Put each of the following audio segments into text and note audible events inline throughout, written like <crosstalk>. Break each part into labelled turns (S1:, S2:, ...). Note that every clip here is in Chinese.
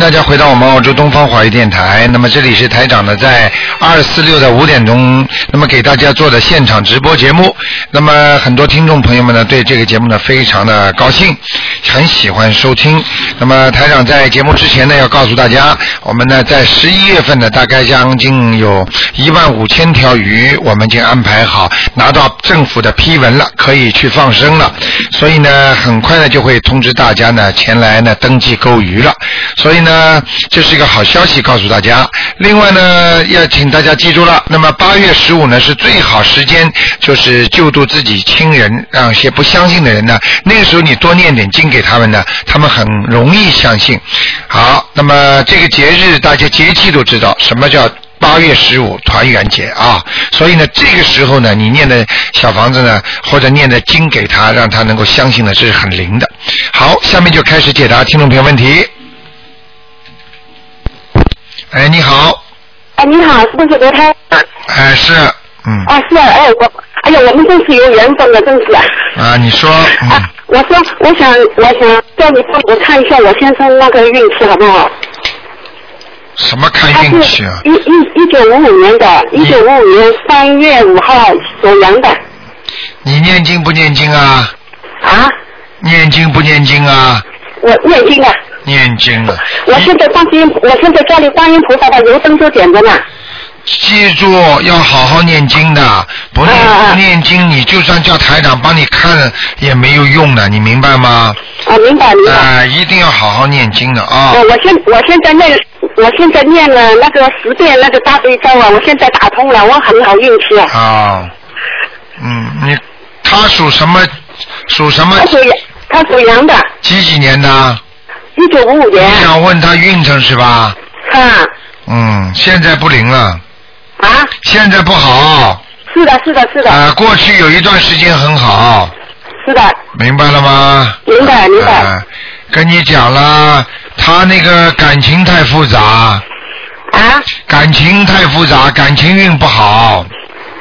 S1: 大家回到我们澳洲东方华语电台。那么这里是台长呢，在二四六的五点钟，那么给大家做的现场直播节目。那么很多听众朋友们呢，对这个节目呢非常的高兴，很喜欢收听。那么台长在节目之前呢，要告诉大家，我们呢在十一月份呢，大概将近有一万五千条鱼，我们已经安排好，拿到政府的批文了，可以去放生了。所以呢，很快呢就会通知大家呢前来呢登记购鱼了。所以呢，这是一个好消息，告诉大家。另外呢，要请大家记住了，那么八月十五呢是最好时间，就是救度自己亲人，让一些不相信的人呢，那个时候你多念点经给他们呢，他们很容易相信。好，那么这个节日大家节气都知道，什么叫？八月十五团圆节啊，所以呢，这个时候呢，你念的小房子呢，或者念的经给他，让他能够相信呢，这是很灵的。好，下面就开始解答听众朋友问题。哎，你好，
S2: 哎，你好，是不是刘太？
S1: 哎，是，嗯，
S2: 啊，是，哎，我，哎呀，我们真是有缘分了，真是。
S1: 啊，你说，嗯
S2: 啊，，我说，我想，我想叫你帮我看一下我先生那个运气好不好？
S1: 什么
S2: 他
S1: 看
S2: 是
S1: 运气啊？嗯
S2: 一一一九五五年的，一九五五年三月五号属羊的。
S1: 你念经不念经啊？
S2: 啊，
S1: 念经不念经啊？
S2: 我念经啊，
S1: 念经啊！
S2: 我现在观世音，我现在家里观音菩萨的油灯都点着呢。
S1: 记住要好好念经的，不念、
S2: 啊啊
S1: 不念经，你就算叫台长帮你看也没有用的，你明白吗？
S2: 啊，明白明白。
S1: 哎，一定要好好念经的啊
S2: 我！我现我现在念，我现在念了那个十遍那个大悲咒啊，我现在打通了，我很好运气啊。
S1: 啊，嗯，你他属什么？属什么
S2: 他？属羊，他属羊的，
S1: 几几年的？
S2: 一九五五年。
S1: 你想问他运程是吧？
S2: 啊
S1: 嗯，现在不灵了，
S2: 啊，
S1: 现在不好。
S2: 是的，是的，是的，
S1: 啊，过去有一段时间很好，
S2: 是的，
S1: 明白了吗？
S2: 明白明白
S1: 啊跟你讲啦，他那个感情太复杂，
S2: 啊，
S1: 感情太复杂，感情运不好。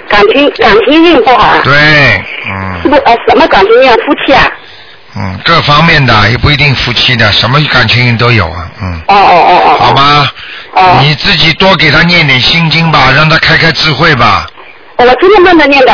S2: 感情感情运不好啊，
S1: 对，
S2: 是
S1: 嗯
S2: 不呃什么感情运啊？夫妻啊？
S1: 嗯，各方面的也不一定夫妻的，什么感情运都有啊，嗯，
S2: 哦哦哦哦，
S1: 好吧。
S2: 哦
S1: 你自己多给他念点心经吧，让他开开智慧吧。
S2: 哦，我天天帮他念的，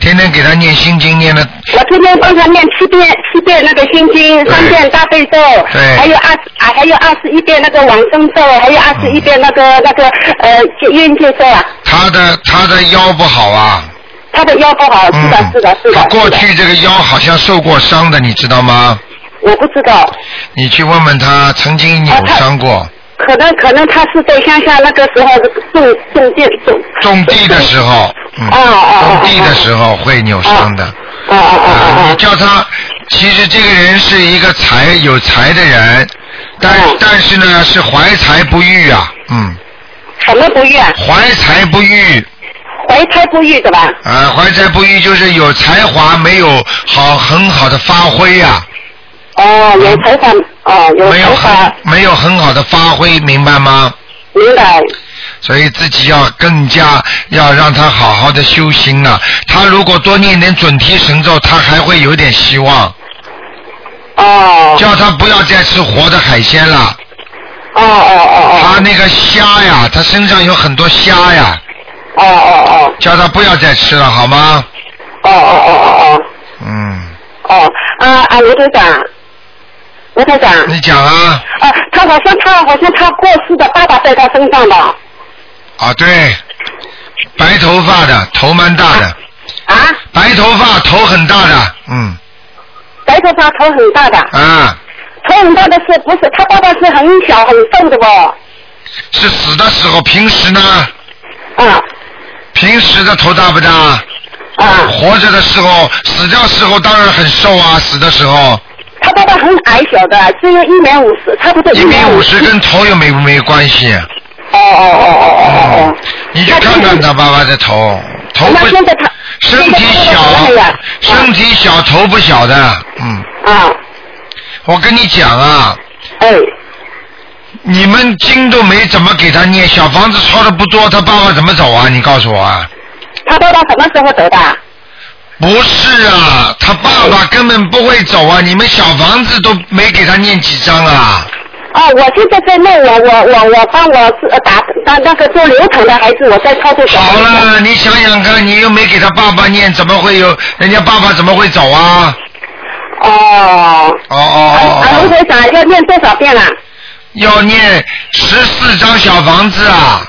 S1: 天天给他念心经，念的
S2: 我天天帮他念七遍七遍那个心经，
S1: 对
S2: 三遍大悲咒，
S1: 对
S2: 还有二十啊还有二十一遍那个往生咒，还有二十一遍那个、
S1: 嗯
S2: 那个呃戒冤结咒啊，
S1: 他的他的腰不好啊。
S2: 他的腰不好，是的
S1: 嗯，
S2: 是的是的，
S1: 他过
S2: 是的
S1: 去这个腰好像受过伤的，你知道吗？
S2: 我不知道，
S1: 你去问问他，曾经
S2: 哦
S1: 扭伤过，
S2: 可能可能他是在乡下那个时候种种地种
S1: 种地的时候，嗯，
S2: 哦哦哦
S1: 种地的时候会扭伤的。
S2: 哦哦哦
S1: 啊，你
S2: 哦
S1: 叫他，其实这个人是一个财有财的人，但
S2: 嗯
S1: 但是呢是怀才不遇啊，嗯，
S2: 哦，什么不育啊？
S1: 怀才不遇，
S2: 怀胎不育是吧？
S1: 啊，怀才不遇就是有才华没有好很好的发挥呀、
S2: 哦，有头发，哦，有
S1: 嗯没有
S2: 头
S1: 很
S2: 发，
S1: 没有很好的发挥，明白吗？
S2: 明白。
S1: 所以自己要更加要让他好好的修心了、他如果多念点准提神咒，他还会有点希望。
S2: 哦，
S1: 叫他不要再吃活的海鲜了。
S2: 哦哦
S1: 他
S2: 哦
S1: 那个虾呀，他身上有很多虾呀，
S2: 哦，哦哦
S1: 叫他不要再吃了，好吗？
S2: 哦，哦哦哦
S1: 嗯，
S2: 哦哦，啊啊，卢队长，卢队长，
S1: 你讲啊，
S2: 啊，他好像他好像他过世的爸爸在他身上的，
S1: 啊对，白头发的，头蛮大的，
S2: 啊，
S1: 白头发头很大的，嗯
S2: 白头发头很大的，
S1: 啊，
S2: 头很大的是不是他爸爸是很小很瘦的哦？
S1: 是死的时候，平时呢，
S2: 啊
S1: 平时的头大不大？
S2: 啊，
S1: 活着的时候，死掉时候当然很瘦啊，死的时候
S2: 他爸爸很矮小的，只有一米五十，差不多
S1: 一
S2: 米
S1: 米五
S2: 五
S1: 十跟头有没没关系？
S2: 哦哦哦哦哦哦。
S1: 你去看看他爸爸的头，头
S2: 那
S1: 不
S2: 现在他
S1: 哦身体
S2: 现在
S1: 小啊
S2: 他，
S1: 身体小头不小的，嗯，
S2: 啊，
S1: 我跟你讲啊，
S2: 哎，
S1: 你们经都没怎么给他念，小房子抄的不多，他爸爸怎么走啊？你告诉我啊？
S2: 他爸爸什么时候走的？
S1: 不是啊，他爸爸根本不会走啊！你们小房子都没给他念几张啊？
S2: 哦哦，我现在在弄我我我我帮我自呃打打那个做流程的孩子，我在操作小
S1: 好
S2: 房子。
S1: 了，你想想看，你又没给他爸爸念，怎么会有人家爸爸怎么会走啊？
S2: 哦。
S1: 哦哦
S2: 啊
S1: 哦
S2: 啊，卢
S1: 哦，
S2: 台长要念多少遍啊？
S1: 要念十四张小房子啊！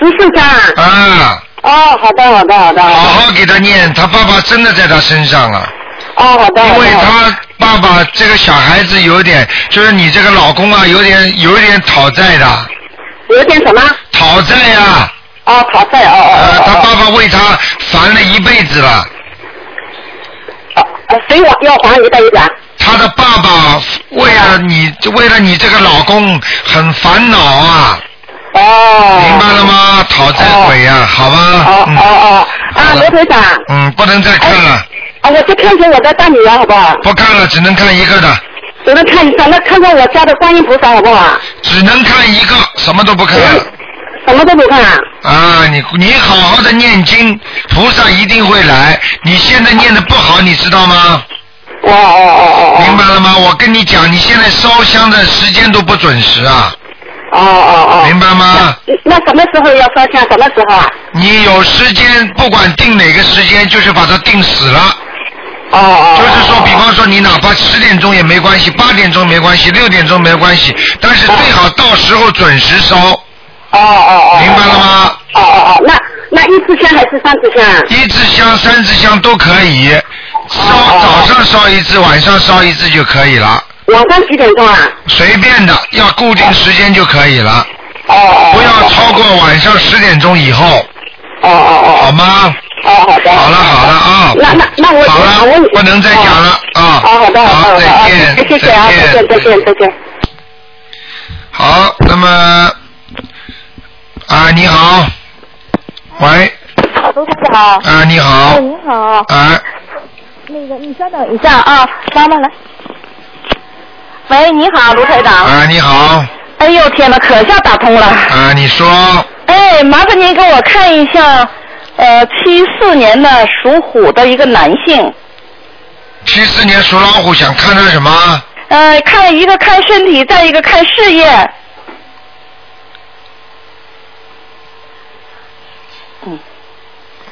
S2: 十四张啊。
S1: 啊，
S2: 哦，好的，好的，好的。
S1: 好
S2: 好
S1: 好给他念，他爸爸真的在他身上了。
S2: 的哦，好的，好的。
S1: 因为
S2: 好的
S1: 他爸爸这个小孩子有点，就是你这个老公啊，有点有一点讨债的，
S2: 有点什么？
S1: 讨债呀、啊，
S2: 哦，讨债，哦哦
S1: 呃，
S2: 哦。
S1: 他
S2: 哦
S1: 爸爸为他烦了一辈子了，
S2: 哦呃，谁我要还一辈子啊？
S1: 他的爸爸为
S2: 哦
S1: 了你，为了你这个老公很烦恼啊，
S2: 哦。
S1: 明白了？吗？讨债鬼呀、好吧，
S2: 哦哦
S1: 嗯
S2: 哦，啊
S1: 好，的
S2: 罗台长，
S1: 嗯，不能再看了，
S2: 啊，我就看着我的大女儿好不好？
S1: 不看了，只能看一个的，
S2: 只能看一下，那看看我家的观音菩萨好不好？
S1: 只能看一个，什么都不看
S2: 嗯
S1: 了。
S2: 什么都不看啊？
S1: 啊，你你好好的念经，菩萨一定会来。你现在念的不好，你知道吗？
S2: 哦哦哦哦哦。
S1: 明白了吗？我跟你讲，你现在烧香的时间都不准时啊，
S2: 哦哦哦。
S1: 明白吗？
S2: 那什么时候要烧香？什么时候啊？
S1: 你有时间，不管定哪个时间，就是把它定死了。
S2: 哦哦。
S1: 就是说，比方说你哪怕十点钟也没关系，八点钟没关系，六点钟没关系，但是最好到时候准时烧，
S2: 哦哦哦。
S1: 明白了？吗？
S2: 哦哦哦，那那一支香还是三支香啊？
S1: 一支香、三支香都可以，烧
S2: 哦
S1: 早上烧一支，晚上烧一支就可以了。
S2: 晚上几点钟啊？
S1: 随便的，要固定时间就可以了，
S2: 哦哦。
S1: 不要超过晚上十点钟以后，
S2: 哦
S1: 好
S2: 哦哦。
S1: 吗？
S2: 哦，好的。
S1: 好了好了啊，
S2: 那那那我
S1: 好
S2: 我
S1: 了
S2: 问，
S1: 不能再讲了啊。
S2: 哦，好的好的，
S1: 再见，
S2: 谢谢啊，再见再见再见。
S1: 好，那么啊，你好，喂，
S3: 卢台长，
S1: 啊，你好
S3: 哎，，您好，
S1: 啊，
S3: 那个你稍等一下啊，妈妈来。喂，你好，卢台长。
S1: 啊，你好，
S3: 哎呦天哪，可下打通了。
S1: 啊，你说，
S3: 哎，麻烦您给我看一下，呃，七四年的属虎的一个男性，
S1: 七四年属老虎，想看他什么？
S3: 呃，看一个看身体，再一个看事业。嗯，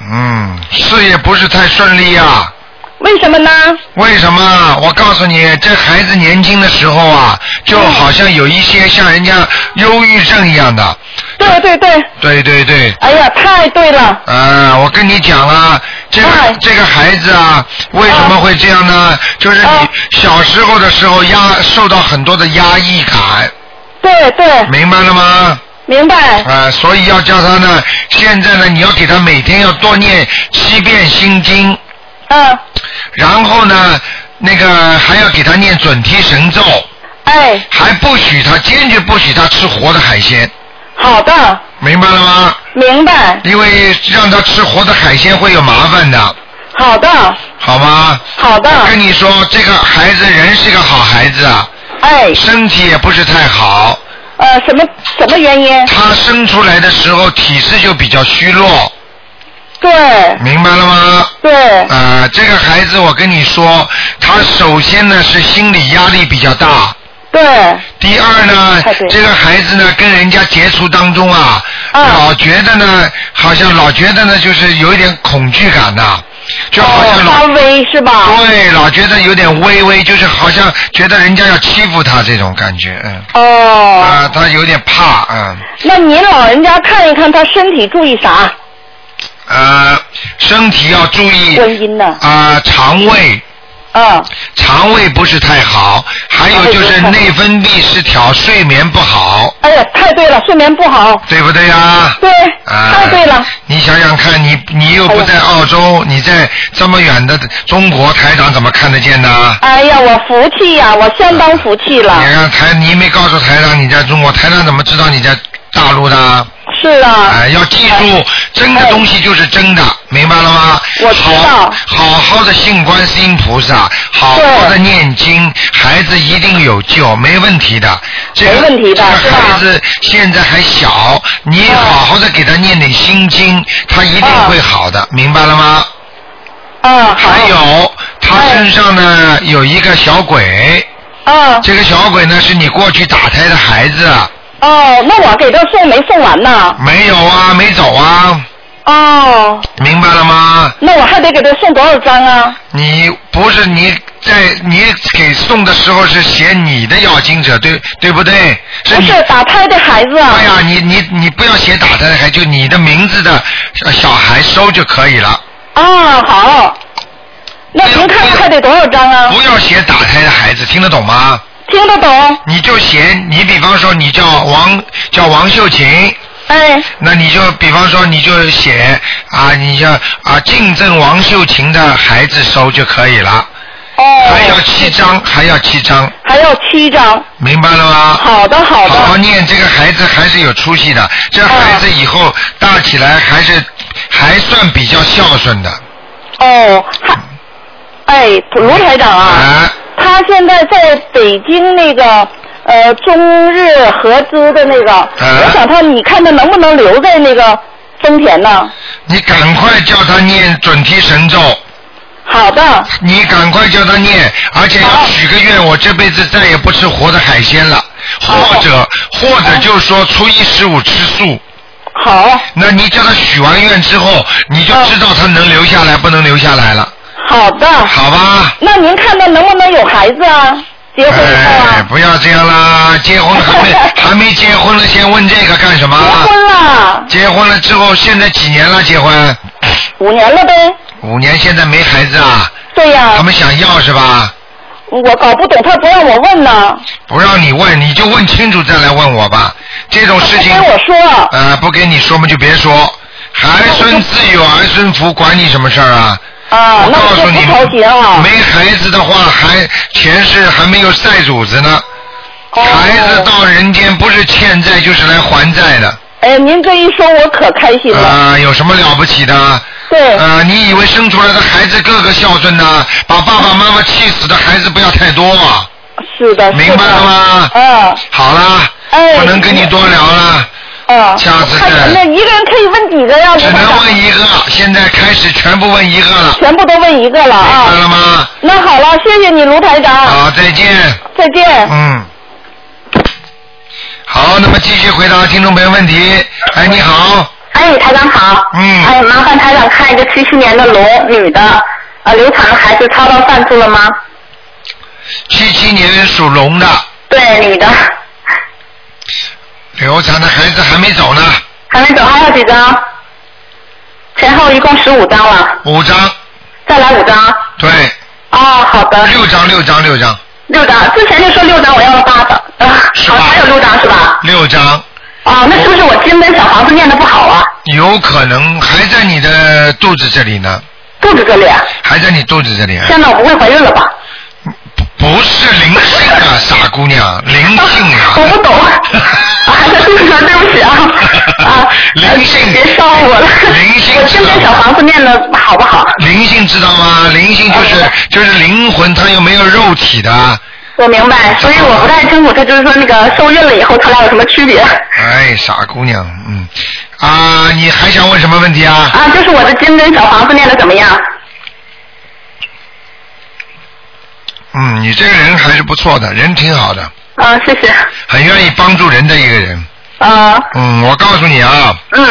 S1: 嗯，事业不是太顺利啊。
S3: 为什么呢？
S1: 为什么？我告诉你，这孩子年轻的时候啊，就好像有一些像人家忧郁症一样的。
S3: 对对对，
S1: 对对对，
S3: 哎呀，太对了，
S1: 啊，我跟你讲啊，这个、
S3: 哎
S1: 这个孩子啊，为什么会这样呢？就是你
S3: 啊
S1: 小时候的时候压受到很多的压抑感，
S3: 对对，
S2: 嗯
S1: 明白了吗？
S3: 明白。
S1: 啊，所以要叫他呢，现在呢，你要给他每天要多念七遍心经，
S3: 嗯，
S1: 然后呢，那个还要给他念准提神咒。
S3: 哎，
S1: 还不许他，坚决不许他吃活的海鲜，
S3: 好的，
S1: 明白了吗？
S3: 明白，
S1: 因为让他吃活的海鲜会有麻烦的，
S3: 好的，
S1: 好吗？
S3: 好
S2: 嗯
S3: 的，
S1: 我跟你说，这个孩子人是个好孩子啊，
S3: 哎，
S1: 身体也不是太好，
S3: 呃，什么什么原因？
S1: 他生出来的时候体质就比较虚弱，
S3: 对
S1: 明白了吗？
S3: 对，
S1: 呃，这个孩子，我跟你说，他首先呢是心理压力比较大，
S3: 对，
S1: 第二呢
S3: 啊太对，了
S1: 这个孩子呢跟人家接触当中啊，
S3: 嗯
S1: 老觉得呢，好像老觉得呢，就是有一点恐惧感呐、就好
S3: 哦
S1: 像，
S3: 发
S1: 老、
S3: 威是吧？
S1: 对老觉得有点微微，就是好像觉得人家要欺负他这种感觉，嗯，啊、
S3: 哦，
S1: 他有点怕，嗯，
S3: 那您老人家看一看他身体注意啥？
S1: 呃，身体要注意
S3: 婚姻呢？
S1: 啊、肠胃。
S3: 嗯，
S1: 肠胃不是太好，还有就是
S3: 肠胃不是太好
S1: 内分泌失调，睡眠不好，
S3: 哎呀，太对了，睡眠不好，
S1: 对不对啊？
S3: 对，
S1: 啊，
S3: 太哦对了，
S1: 你想想看，你你又不在澳洲，你在这么远的中国，台长怎么看得见呢？
S3: 哎呀，我服气呀，我相当服气了
S1: 你，让台，你没告诉台长你在中国，台长怎么知道你在大陆的？
S3: 是
S1: 哎、
S3: 啊，
S1: 要记住，真的东西就是真的，明白了吗？
S3: 我知道
S1: 好好好的信观世音菩萨，好好的念经，孩子一定有救，没问题的。这个、
S3: 没问题的
S1: 这
S3: 是
S1: 个
S3: 吧
S1: 孩子现在还小，你
S3: 嗯
S1: 好好的给他念点心经，他一定
S3: 嗯
S1: 会好的，明白了吗？
S3: 嗯，好
S1: 还，有，他
S3: 哎
S1: 身上呢有一个小鬼，
S3: 嗯
S4: 嗯，
S1: 这个小鬼呢是你过去打胎的孩子，
S4: 哦，那我给他送没送完呢？
S1: 没有啊，没走啊，
S4: 哦，
S1: 明白了吗？
S4: 那我还得给他送多少张啊？
S1: 你不是你在你给送的时候是写你的要经者，对对不对？是
S4: 不
S1: 你
S4: 是打胎的孩子
S1: 哎
S4: 啊？
S1: 呀，你你你不要写打胎的孩子，就你的名字的呃小孩收就可以了，
S4: 啊，好。那
S1: 哎
S4: 您看还得多少张啊？
S1: 不要写打胎的孩子，听得懂吗？
S4: 听得懂？
S1: 你就写你，比方说你叫王叫王秀琴，
S4: 哎，
S1: 那你就比方说你就写啊，你就啊竞争王秀琴的孩子收就可以了，还要
S4: 哦，
S1: 七张，还要七张，
S4: 还要七张。
S1: 明白了吗？
S4: 好的，好
S1: 好好
S4: 的。
S1: 念，这个孩子还是有出息的，这孩子以后大起来还是还算比较孝顺的。
S4: 哦，还，哎，卢台长啊，
S1: 啊，
S4: 他现在在北京那个呃中日合资的那个，
S1: 哎
S4: 我想他，你看他能不能留在那个丰田呢？
S1: 你赶快叫他念准提神咒，
S4: 好的，
S1: 你赶快叫他念，而且要
S4: 好
S1: 许个愿，我这辈子再也不吃活的海鲜了，或者或者就是说初一十五吃素。
S4: 好，
S1: 那你叫他许完愿之后，你就知道他能留下来不能留下来了，
S4: 好的。
S1: 好吧？
S4: 那您看他能不能有孩子啊？结婚以后
S1: 哎，
S4: 啊？
S1: 不要这样啦！结婚了
S4: <laughs>
S1: 还没还没结婚了，先问这个干什么？啊
S4: 结婚了，
S1: 结婚了之后，现在几年了？结婚
S4: 五年了呗。
S1: 五年，现在没孩子啊？
S4: 对呀、
S1: 他们想要是吧？
S4: 我搞不懂，他不让我问呢，
S1: 不让你问，你就问清楚再来问我吧。这种
S4: 他
S1: 事
S4: 不
S1: 情
S4: 跟，我说。
S1: 呃，不跟你说嘛就别说。儿孙自有儿孙福，管你什么事儿啊？
S4: 啊，
S1: 我
S4: 那
S1: 告
S4: 我就
S1: 诉你
S4: 不操心啊。
S1: 没孩子的话，还前世还没有债主子呢。
S4: 哦
S1: 孩子到人间不是欠债就是来还债的。
S4: 哎，您这一说，我可开心了。
S1: 啊、有什么了不起的？
S4: 对，
S1: 呃，你以为生出来的孩子个个孝顺呢？把爸爸妈妈气死的孩子不要太多啊！
S4: 是的，
S1: 明白了吗
S4: 是的嗯，
S1: 好啦，
S4: 哎，
S1: 不能跟你多聊了，
S4: 嗯，
S1: 下次
S4: 还
S1: 再
S4: 那一个人可以问几个呀？
S1: 只
S4: 卢台
S1: 能
S4: 长
S1: 问一个。现在开始全部问一个了，
S4: 全部都问一个了
S1: 明白
S4: 啊。
S1: 了吗？啊
S4: 那好了，谢谢你，卢台长，
S1: 好，再见。
S4: 再见。
S1: 嗯。好，那么继续回答听众朋友问题。哎，你好，
S2: 哎，台长好。
S1: 嗯
S2: 哎，麻烦台长看一个七七年的龙女的，呃，流产的孩子超到犯处了吗？
S1: 七七年属龙的，
S2: 对，女的，
S1: 流产的孩子还没走呢，
S2: 还没走，还有几张？前后一共十五张了，
S1: 五张，
S2: 再来五张。
S1: 对，
S2: 哦，好的，
S1: 六张，六张，六张，
S2: 六张。之前就说六张，我要了八张，啊，
S1: 是
S2: 好
S1: 吧
S2: 像还有六张是吧？
S1: 六张。
S2: 哦，那是不是我经本小房子念的不好啊？
S1: 有可能还在你的肚子这里呢，
S2: 肚子这里啊，
S1: 还在你肚子这里啊，
S2: 天哪，我不会怀孕了吧？
S1: 不是灵性啊，傻姑娘，灵性啊，
S2: 我不懂，啊，对不起，对不起啊，啊，
S1: 灵性
S2: 别烧我了，
S1: 灵性
S2: 我这边小房子念的好不好？
S1: 灵性知道吗？灵性就是就是灵魂，它又没有肉体的，
S2: 我明白，所以我不太清楚，他就是说那个受孕了以后，他俩有什么区别？啊，
S1: 哎，傻姑娘，嗯，啊，你还想问什么问题啊？
S2: 就是我的金针小房子念的怎么样？
S1: 嗯，你这个人还是不错的，人挺好的，
S2: 啊，谢谢，
S1: 很愿意帮助人的一个人。
S2: 啊，
S1: 嗯，我告诉你啊，
S2: 嗯，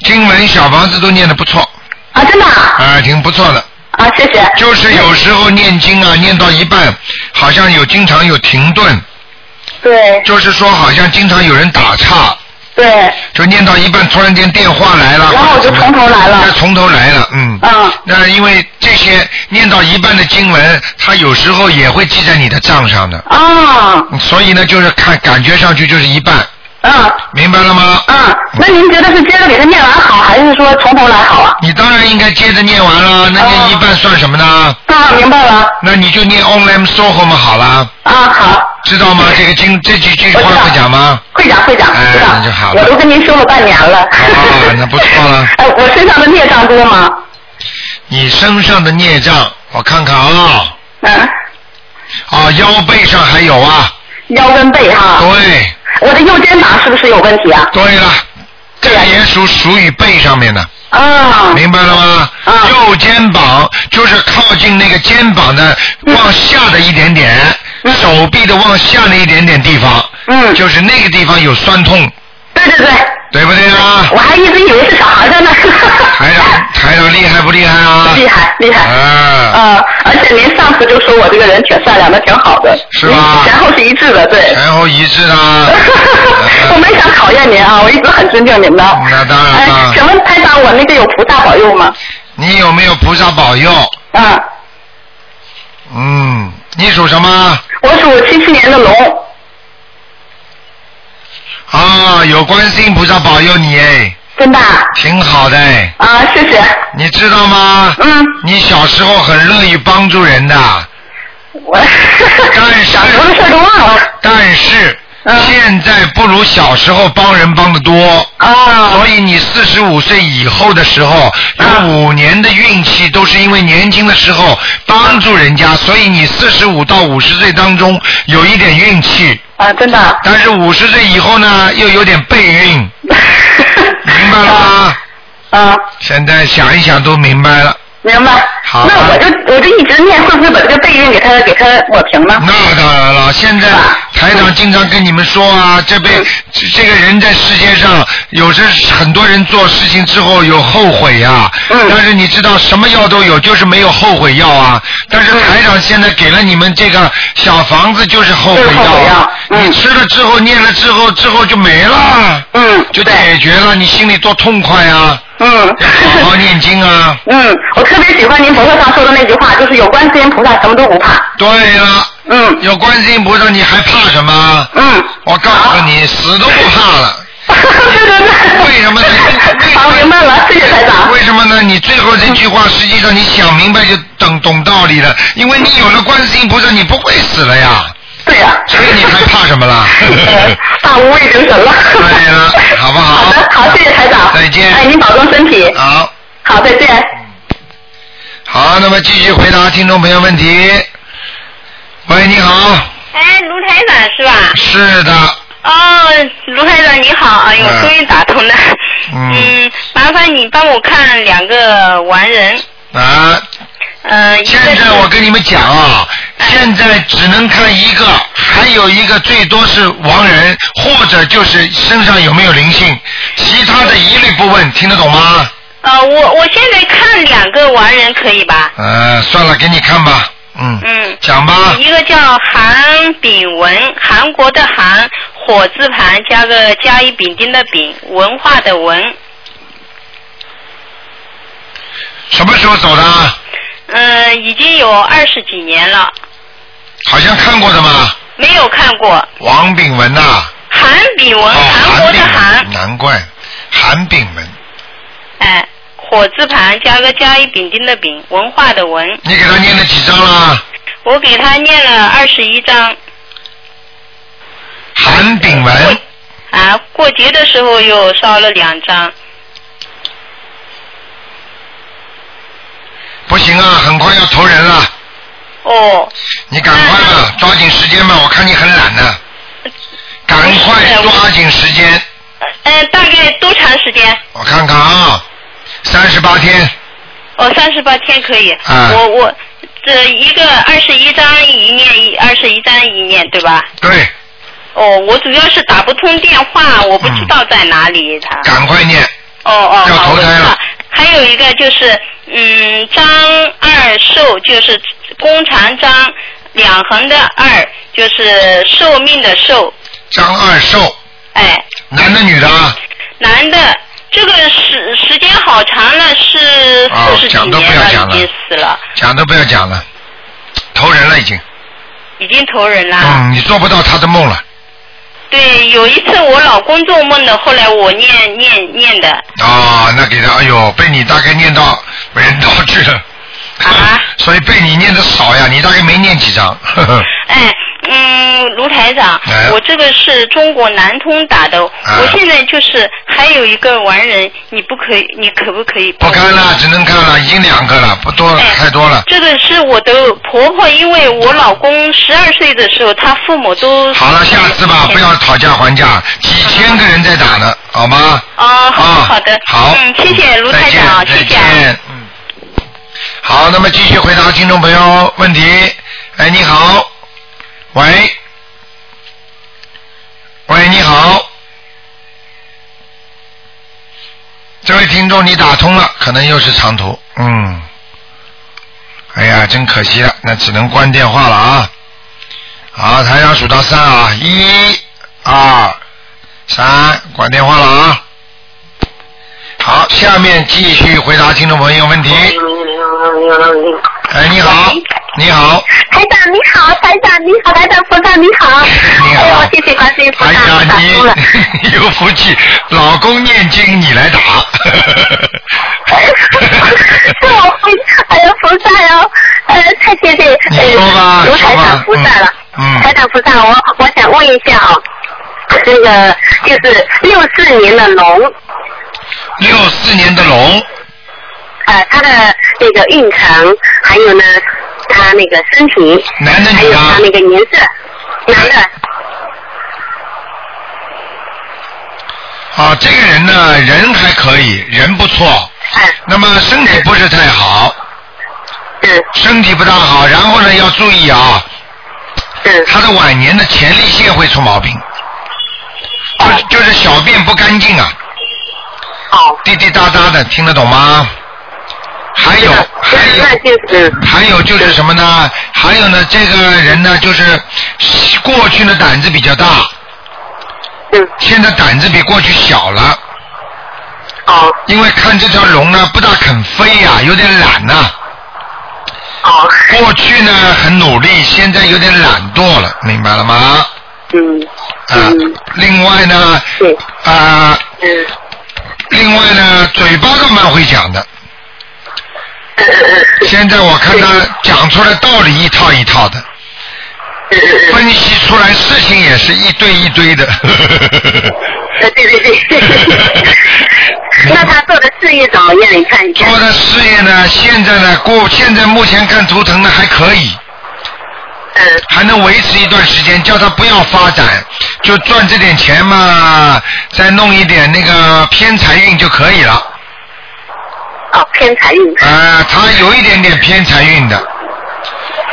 S1: 经文小房子都念得不错，
S2: 啊，真的啊，
S1: 啊，挺不错的。
S2: 啊，谢谢，
S1: 就是有时候念经啊，念到一半，好像有经常有停顿，
S2: 对
S1: 就是说好像经常有人打岔，
S2: 对，
S1: 就念到一半突然间电话来了，
S2: 然后我就从头来
S1: 那
S2: 了，
S1: 从头来了，嗯。
S2: 嗯，
S1: 那因为这些念到一半的经文，它有时候也会记在你的账上的，
S2: 啊，
S1: 所以呢，就是看感觉上去就是一半，
S2: 嗯。
S1: 明白了吗？
S2: 嗯，那您觉得是接着给他念完好，还是说从头来好啊？
S1: 你当然应该接着念完了，那念一半算什么呢？
S2: 啊，明白了。
S1: 那你就念 Om Lam Soho 嘛好了，
S2: 啊，好，
S1: 知道吗？这个经这句这句
S2: 我
S1: 话
S2: 知道
S1: 会讲吗？
S2: 会长会长，
S1: 哎
S2: 知道
S1: 那就好了
S2: 我都跟您说了半年了。
S1: 啊那不错了
S2: <laughs> 哎，我身上的孽障多吗？
S1: 你身上的孽障，我看看啊，
S2: 嗯，
S1: 啊，腰背上还有啊，
S2: 腰跟背哈。
S1: 对，
S2: 我的右肩膀是不是有问题啊？
S1: 对了，这个也属属于背上面的，
S2: 啊，
S1: 明白了吗？
S2: 啊
S1: 右肩膀就是靠近那个肩膀的往下的一点点，手臂的往下那一点点地方，
S2: 嗯
S1: 就是那个地方有酸痛，
S2: 对对对，
S1: 对不对啊？
S2: 我还一直以为是小孩的呢。
S1: 台长，台长厉害不厉害啊？
S2: <laughs> 厉害厉害。
S1: 啊，
S2: 啊、而且您上次就说我这个人挺善良的，挺好的，嗯
S1: 是吧
S2: 前后是一致的，对。
S1: 前后一致的嗯啊。
S2: <laughs> 我没想考验您啊，我一直很尊敬您的。
S1: 啊那当然
S2: 哎
S1: 了，
S2: 请问台长，我那个有菩萨保佑吗？
S1: 你有没有菩萨保佑？
S2: 啊，
S1: 嗯，你属什么？
S2: 我属七七年的龙。
S1: 啊，有观世音菩萨保佑你哎，
S2: 真的啊
S1: 挺好的哎，
S2: 啊，谢谢。
S1: 你知道吗？
S2: 嗯，
S1: 你小时候很乐意帮助人的，
S2: 我 <laughs>
S1: 是
S2: 小时候的事儿都忘了。
S1: 但是
S2: 嗯
S1: 现在不如小时候帮人帮的多。
S2: 啊
S1: 所以你四十五岁以后的时候，有五年的运气都是因为年轻的时候帮助人家，所以你四十五到五十岁当中有一点运气，
S2: 啊，真的啊。
S1: 但是五十岁以后呢，又有点背运，明
S2: 明
S1: 白了吗？
S2: <laughs> 啊，
S1: 现在想一想都明白了，
S2: 明白。
S1: 好啊
S2: 那我就我就一直念，会不会把这个背运给他给他抹平呢？
S1: 那当然了，现在
S2: 啊
S1: 台长经常跟你们说啊，
S2: 嗯
S1: 这辈这这个人在世界上，有时很多人做事情之后有后悔呀、啊。
S2: 嗯
S1: 但是你知道什么药都有，就是没有后悔药啊。但
S2: 嗯
S1: 是台长现在给了你们这个小房子，就是后悔
S2: 就是后悔
S1: 药啊
S2: 药。嗯
S1: 你吃了之后，念了之后，之后就没了，
S2: 嗯，
S1: 就
S2: 对，
S1: 解决了，你心里多痛快啊！
S2: 嗯。
S1: 要好好念经啊！
S2: <laughs> 嗯，我特别喜欢您博客上说的那句话，就是有观世音菩萨什么都不怕。
S1: 对了，
S2: 嗯
S1: 有观世音菩萨，你还怕什么？
S2: 嗯，
S1: 我告诉你，死都不怕了。 <laughs>
S2: 啊对对对。
S1: 为什么呢？
S2: 好，明白了，谢谢台长。
S1: 为什么呢？你最后这句话，实际上你想明白就懂懂道理了，因为你有了观世音菩萨，你不会死了呀，
S2: 对呀、
S1: 所以你还怕什么啦？
S2: 呃 <laughs> 大无畏精神了。
S1: 对了好不好
S2: 好的，好，谢谢台长。
S1: 再见啊
S2: 哎，您保重身体。
S1: 好，
S2: 好，再见。
S1: 好，那么继续回答听众朋友问题。喂，你好，
S5: 哎，卢台长是吧？
S1: 是的，
S5: 哦，卢台长你好，哎呦
S1: 嗯，
S5: 终于打通了。
S1: 嗯
S5: <laughs> 麻烦你帮我看两个完人，
S1: 啊，
S5: 呃，一个嗯
S1: 现在
S5: 是
S1: 我跟你们讲啊，现在只能看一个，还有一个最多是亡人，或者就是身上有没有灵性，其他的一律不问，听得懂吗？
S5: 呃，我我现在看两个完人可以吧？
S1: 呃，算了，给你看吧，嗯，
S5: 嗯，
S1: 讲吧，
S5: 一个叫韩炳文，韩国的韩，火字旁加个甲乙丙丁的丙，文化的文。
S1: 什么时候走的？
S5: 嗯、已经有二十几年了，
S1: 好像看过的嘛，
S5: 没有看过。
S1: 王炳文呐、
S5: 韩炳文，
S1: 哦，
S5: 韩国的
S1: 韩炳
S5: 韩
S1: 文，，难怪，韩炳文，
S5: 哎，火字旁加个甲乙丙丁的丙，文化的文。
S1: 你给他念了几张了？
S5: 我给他念了二十一章，
S1: 韩炳文
S5: 过，啊，过节的时候又烧了两张。
S1: 不行啊，很快要投人了，
S5: 哦，
S1: 你赶快吧，
S5: 哎
S1: 抓紧时间吧，我看你很懒呢、赶快抓紧时间，
S5: 呃，大概多长时间？
S1: 我看看啊，三十八天，
S5: 哦，三十八天可以。
S1: 啊
S5: 我我这一个二十一章一念一，二十一章一念，对吧？
S1: 对，
S5: 哦，我主要是打不通电话，我不
S1: 啊
S5: 知道在哪里他。
S1: 赶快念，
S5: 哦哦，
S1: 要
S5: 好，
S1: 投
S5: 我知
S1: 胎了
S5: 道。还有一个就是，嗯，张二寿就是弓长张，两横的二，就是寿命的寿，
S1: 张二寿，
S5: 哎，
S1: 男的女的啊？
S5: 男的。这个时时间好长了，是
S1: 哦
S5: 四十几
S1: 讲都不
S5: 年
S1: 要讲
S5: 了，已
S1: 了
S5: 经死了，
S1: 讲都不要讲了，投人了已经。
S5: 已经投人了。
S1: 嗯，你做不到他的梦了。
S5: 对，有一次我老公做梦的，后来我念念念的，
S1: 哦，那给他，哎呦，被你大概念到人道去了。
S5: 啊
S1: <laughs> 所以被你念的少呀，你大概没念几张。 <laughs> 呵呵
S5: 哎，嗯，卢台长，
S1: 哎
S5: 我这个是中国南通打的，
S1: 啊
S5: 我现在就是还有一个完人，你不可以，你可不可以？
S1: 不看了，只能看了，已经两个了，不多了，
S5: 嗯哎
S1: 太多了。
S5: 这个是我的婆婆，因为我老公十二岁的时候，他父母都
S1: 好了，下次吧，不要讨价还价，几千个人在打呢，好吗？
S5: 哦，好的
S1: 啊，
S5: 好的，
S1: 好，
S5: 嗯，谢谢卢台长，
S1: 再
S5: 谢
S1: 见，
S5: 谢啊。
S1: 再见，嗯，好，那么继续回答听众朋友问题。哎，你好，喂，喂，你好，这位听众你打通了，可能又是长途，嗯，哎呀，真可惜了，那只能关电话了啊。好，台上数到三啊，一、二、三，关电话了啊。好，下面继续回答听众朋友问题。哎，你好，你好，
S2: 台长你好，台长你好，台长菩萨你好。
S1: 你
S2: 哎
S1: 好
S2: 呦，谢谢观世音菩
S1: 哎
S2: 萨，
S1: 呀
S2: 我，打
S1: <laughs>
S2: 通了。 <laughs>
S1: 你有福气，老公念经你
S2: <laughs>
S1: 来打，
S2: 是我会，哎呀，哎菩萨哟，呃，太谢谢，
S1: 你
S2: 呃
S1: 说吧，嗯
S2: 卢
S1: 说
S2: 台长
S1: 吧，
S2: 菩萨了。哎
S1: 嗯，
S2: 台长菩萨，我我想问一下哦，这个就是六四年的龙，
S1: 六四年的龙，
S2: 呃，他的那个运程，还有呢，他那个身体，
S1: 男的
S2: 还
S1: 女
S2: 有
S1: 的啊
S2: 他？那个颜色，男的，
S1: 啊，这个人呢，人还可以，人不错，
S2: 哎、
S1: 那么身体不是太好，
S2: 嗯
S1: 身体不大好，然后呢要注意啊，
S2: 嗯，
S1: 他的晚年的前列腺会出毛病，就就是小便不干净啊，
S2: 哦，
S1: 滴滴答答的，听得懂吗？还有
S2: 那
S1: 还有
S2: 那就是，
S1: 还有就是什么呢？还有呢，这个人呢，就是过去呢胆子比较大，
S2: 嗯，
S1: 现在胆子比过去小了，
S2: 哦
S1: 因为看这条龙呢不大肯飞呀、有点懒呐、
S2: 哦，
S1: 过去呢很努力，现在有点懒惰了，明白了吗？
S2: 嗯
S1: 啊、另外呢，
S2: 对，
S1: 啊、
S2: 嗯
S1: 另外呢，嘴巴倒蛮会讲的。
S2: 嗯嗯
S1: 现在我看他讲出来道理一套一套的，
S2: 嗯嗯嗯，
S1: 分析出来事情也是一堆一堆的。
S2: 呃对对对， <laughs> 那他做的事业怎么样？你看一下，
S1: 做的事业呢，现在呢，过现在目前看图腾呢还可以，
S2: 嗯
S1: 还能维持一段时间，叫他不要发展，就赚这点钱嘛，再弄一点那个偏财运就可以了。
S2: 哦偏财运，
S1: 啊，他有一点点偏财运的，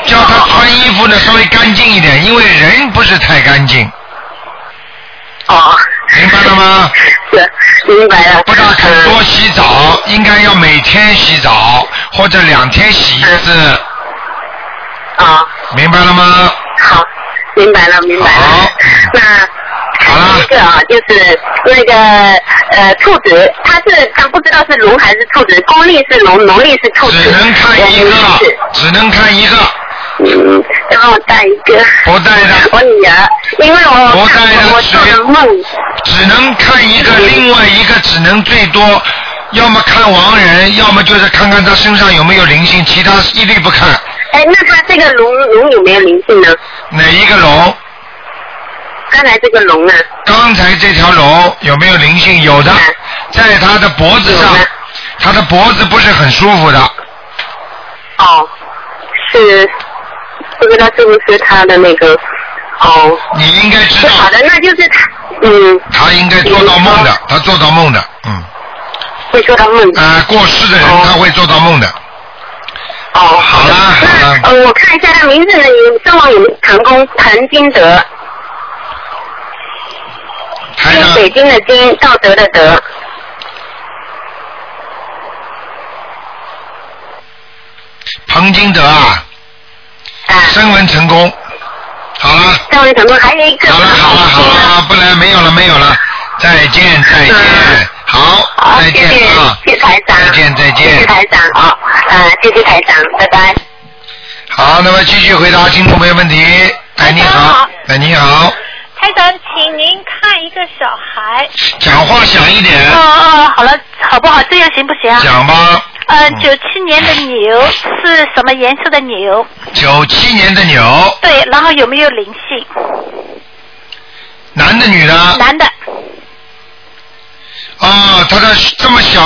S1: 叫他穿衣服呢稍微干净一点，因为人不是太干净，
S2: 哦
S1: 明白了吗？
S2: 是明白了，
S1: 不大肯多
S2: 嗯
S1: 洗澡，应该要每天洗澡或者两天洗一次，
S2: 哦
S1: 明白了吗？
S2: 好，明白了，明白了。
S1: 好
S2: 那
S1: 好啦
S2: 还有一个啊，就是那个呃，兔子，它是它不知道是龙还是兔子，公历是龙，农历是兔子。
S1: 只能看一个
S2: 我们是，
S1: 只能看一个，
S2: 嗯，再帮我带一个。
S1: 不带的，
S2: 我女儿，因为我
S1: 我带的
S2: 我我做的梦，
S1: 只能看一个，另外一个只能最多，要么看亡人，要么就是看看他身上有没有灵性，其他一律不看。
S2: 哎，那它这个龙龙有没有灵性呢？
S1: 哪一个龙？
S2: 刚才这个龙啊，
S1: 刚才这条龙有没有灵性？有的，在他的脖子上
S2: 有的，
S1: 他的脖子不是很舒服的，
S2: 哦，是不知道是不是它的那个哦。
S1: 你应该知道，
S2: 好的，那就是它，嗯，
S1: 他应该做到梦的，他做到梦的，嗯，
S2: 会做到梦。
S1: 呃，过世的人
S2: 哦
S1: 他会做到梦的。
S2: 哦，好
S1: 好啦好啦
S2: 那呃，我看一下他名字呢，有正好有唐公谭金德，
S1: 台
S2: 金
S1: 长，
S2: 北京的金，道德的德。
S1: 彭金德啊，
S2: 啊，
S1: 升文成功，好了，
S2: 上位唐公还有一个。
S1: 好了，好了，好了，不然没有了，没有了，再见，再见
S2: 嗯，
S1: 好，
S2: 好，
S1: 再
S2: 谢
S1: 见
S2: 谢
S1: 啊，，
S2: 谢谢台长。
S1: 再见再见
S2: 谢谢台长啊，啊，谢谢台长，拜拜。
S1: 好，那么继续回答听众朋友问题。哎，你好，哎，你好，
S5: 台长，请您看一个小孩。
S1: 讲话响一点
S5: 哦，哦，好了，好不好？这样行不行啊？
S1: 讲吧。
S5: 呃，九七年的牛是什么颜色的牛？
S1: 九七年的牛，
S5: 对，然后有没有灵性？
S1: 男的女的？
S5: 男的，
S1: 啊哦，他的这么小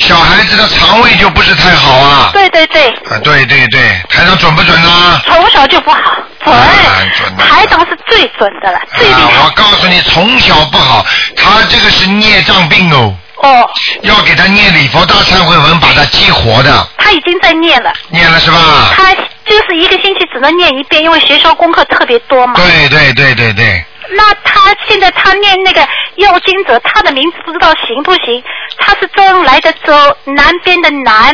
S1: 小孩子的肠胃就不是太好啊。
S5: 对对对，
S1: 啊，对对对，台长准不准呢、啊？
S5: 从小就不好，准
S1: 啊准，的哎
S5: 台长是最准的了，最厉
S1: 啊我
S5: 害。
S1: 告诉你，从小不好，他这个是孽障病哦，
S5: 哦，
S1: 要给他念礼佛大忏悔文，把他激活的，
S5: 他已经在念了，
S1: 念了是吧？
S5: 他就就是一个星期只能念一遍，因为学校功课特别多嘛。
S1: 对对对对对，
S5: 那他现在他念那个药经者，他的名字不知道行不行？他是周恩来的周，南边的南，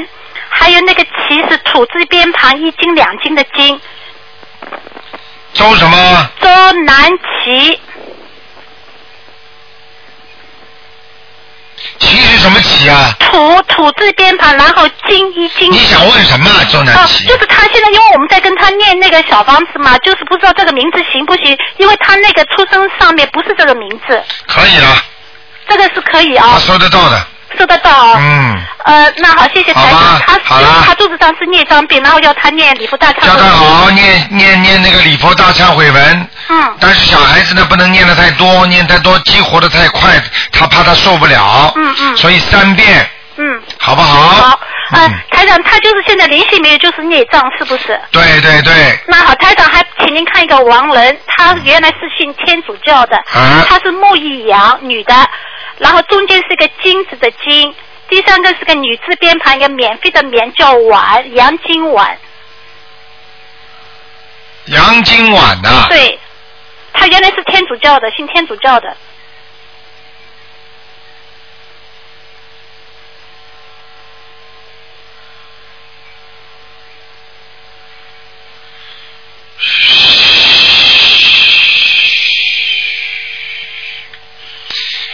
S5: 还有那个齐是土字边旁一斤两斤的斤，
S1: 周什么？
S5: 周南齐
S1: 齐是什么齐啊？
S5: 土土字边旁，然后斤一斤。
S1: 你想问什么啊，周南
S5: 哦
S1: 齐，？
S5: 就是他现在，因为我们在跟他念那个小房子嘛，就是不知道这个名字行不行，因为他那个出生上面不是这个名字，
S1: 可以
S5: 啊
S1: 了，
S5: 这个是可以啊、
S1: 他收得到的。
S5: 收得到啊、
S1: 嗯，
S5: 呃，那好，谢谢台
S1: 好吧
S5: 长。他
S1: 好
S5: 就
S1: 啦
S5: 是他肚子上是孽障病，然后要他念礼佛大忏悔。
S1: 叫他好好念念念那个礼佛大忏悔文。
S5: 嗯
S1: 但是小孩子呢，不能念的太多，念太多激活的太快，他怕他受不了。
S5: 嗯嗯
S1: 所以三遍，
S5: 嗯，
S1: 好不
S5: 好。呃
S1: 嗯，
S5: 台长，他就是现在灵性没有，就是孽障，是不是？
S1: 对对对，
S5: 那好，台长还请您看一个亡人，她原来是信天主教的，
S1: 啊
S5: 她是穆易阳，女的，然后中间是个金子的金，第三个是个女字边旁一个免费的免叫婉，杨金婉，
S1: 杨金晚呐、
S5: 对，她原来是天主教的，信天主教的，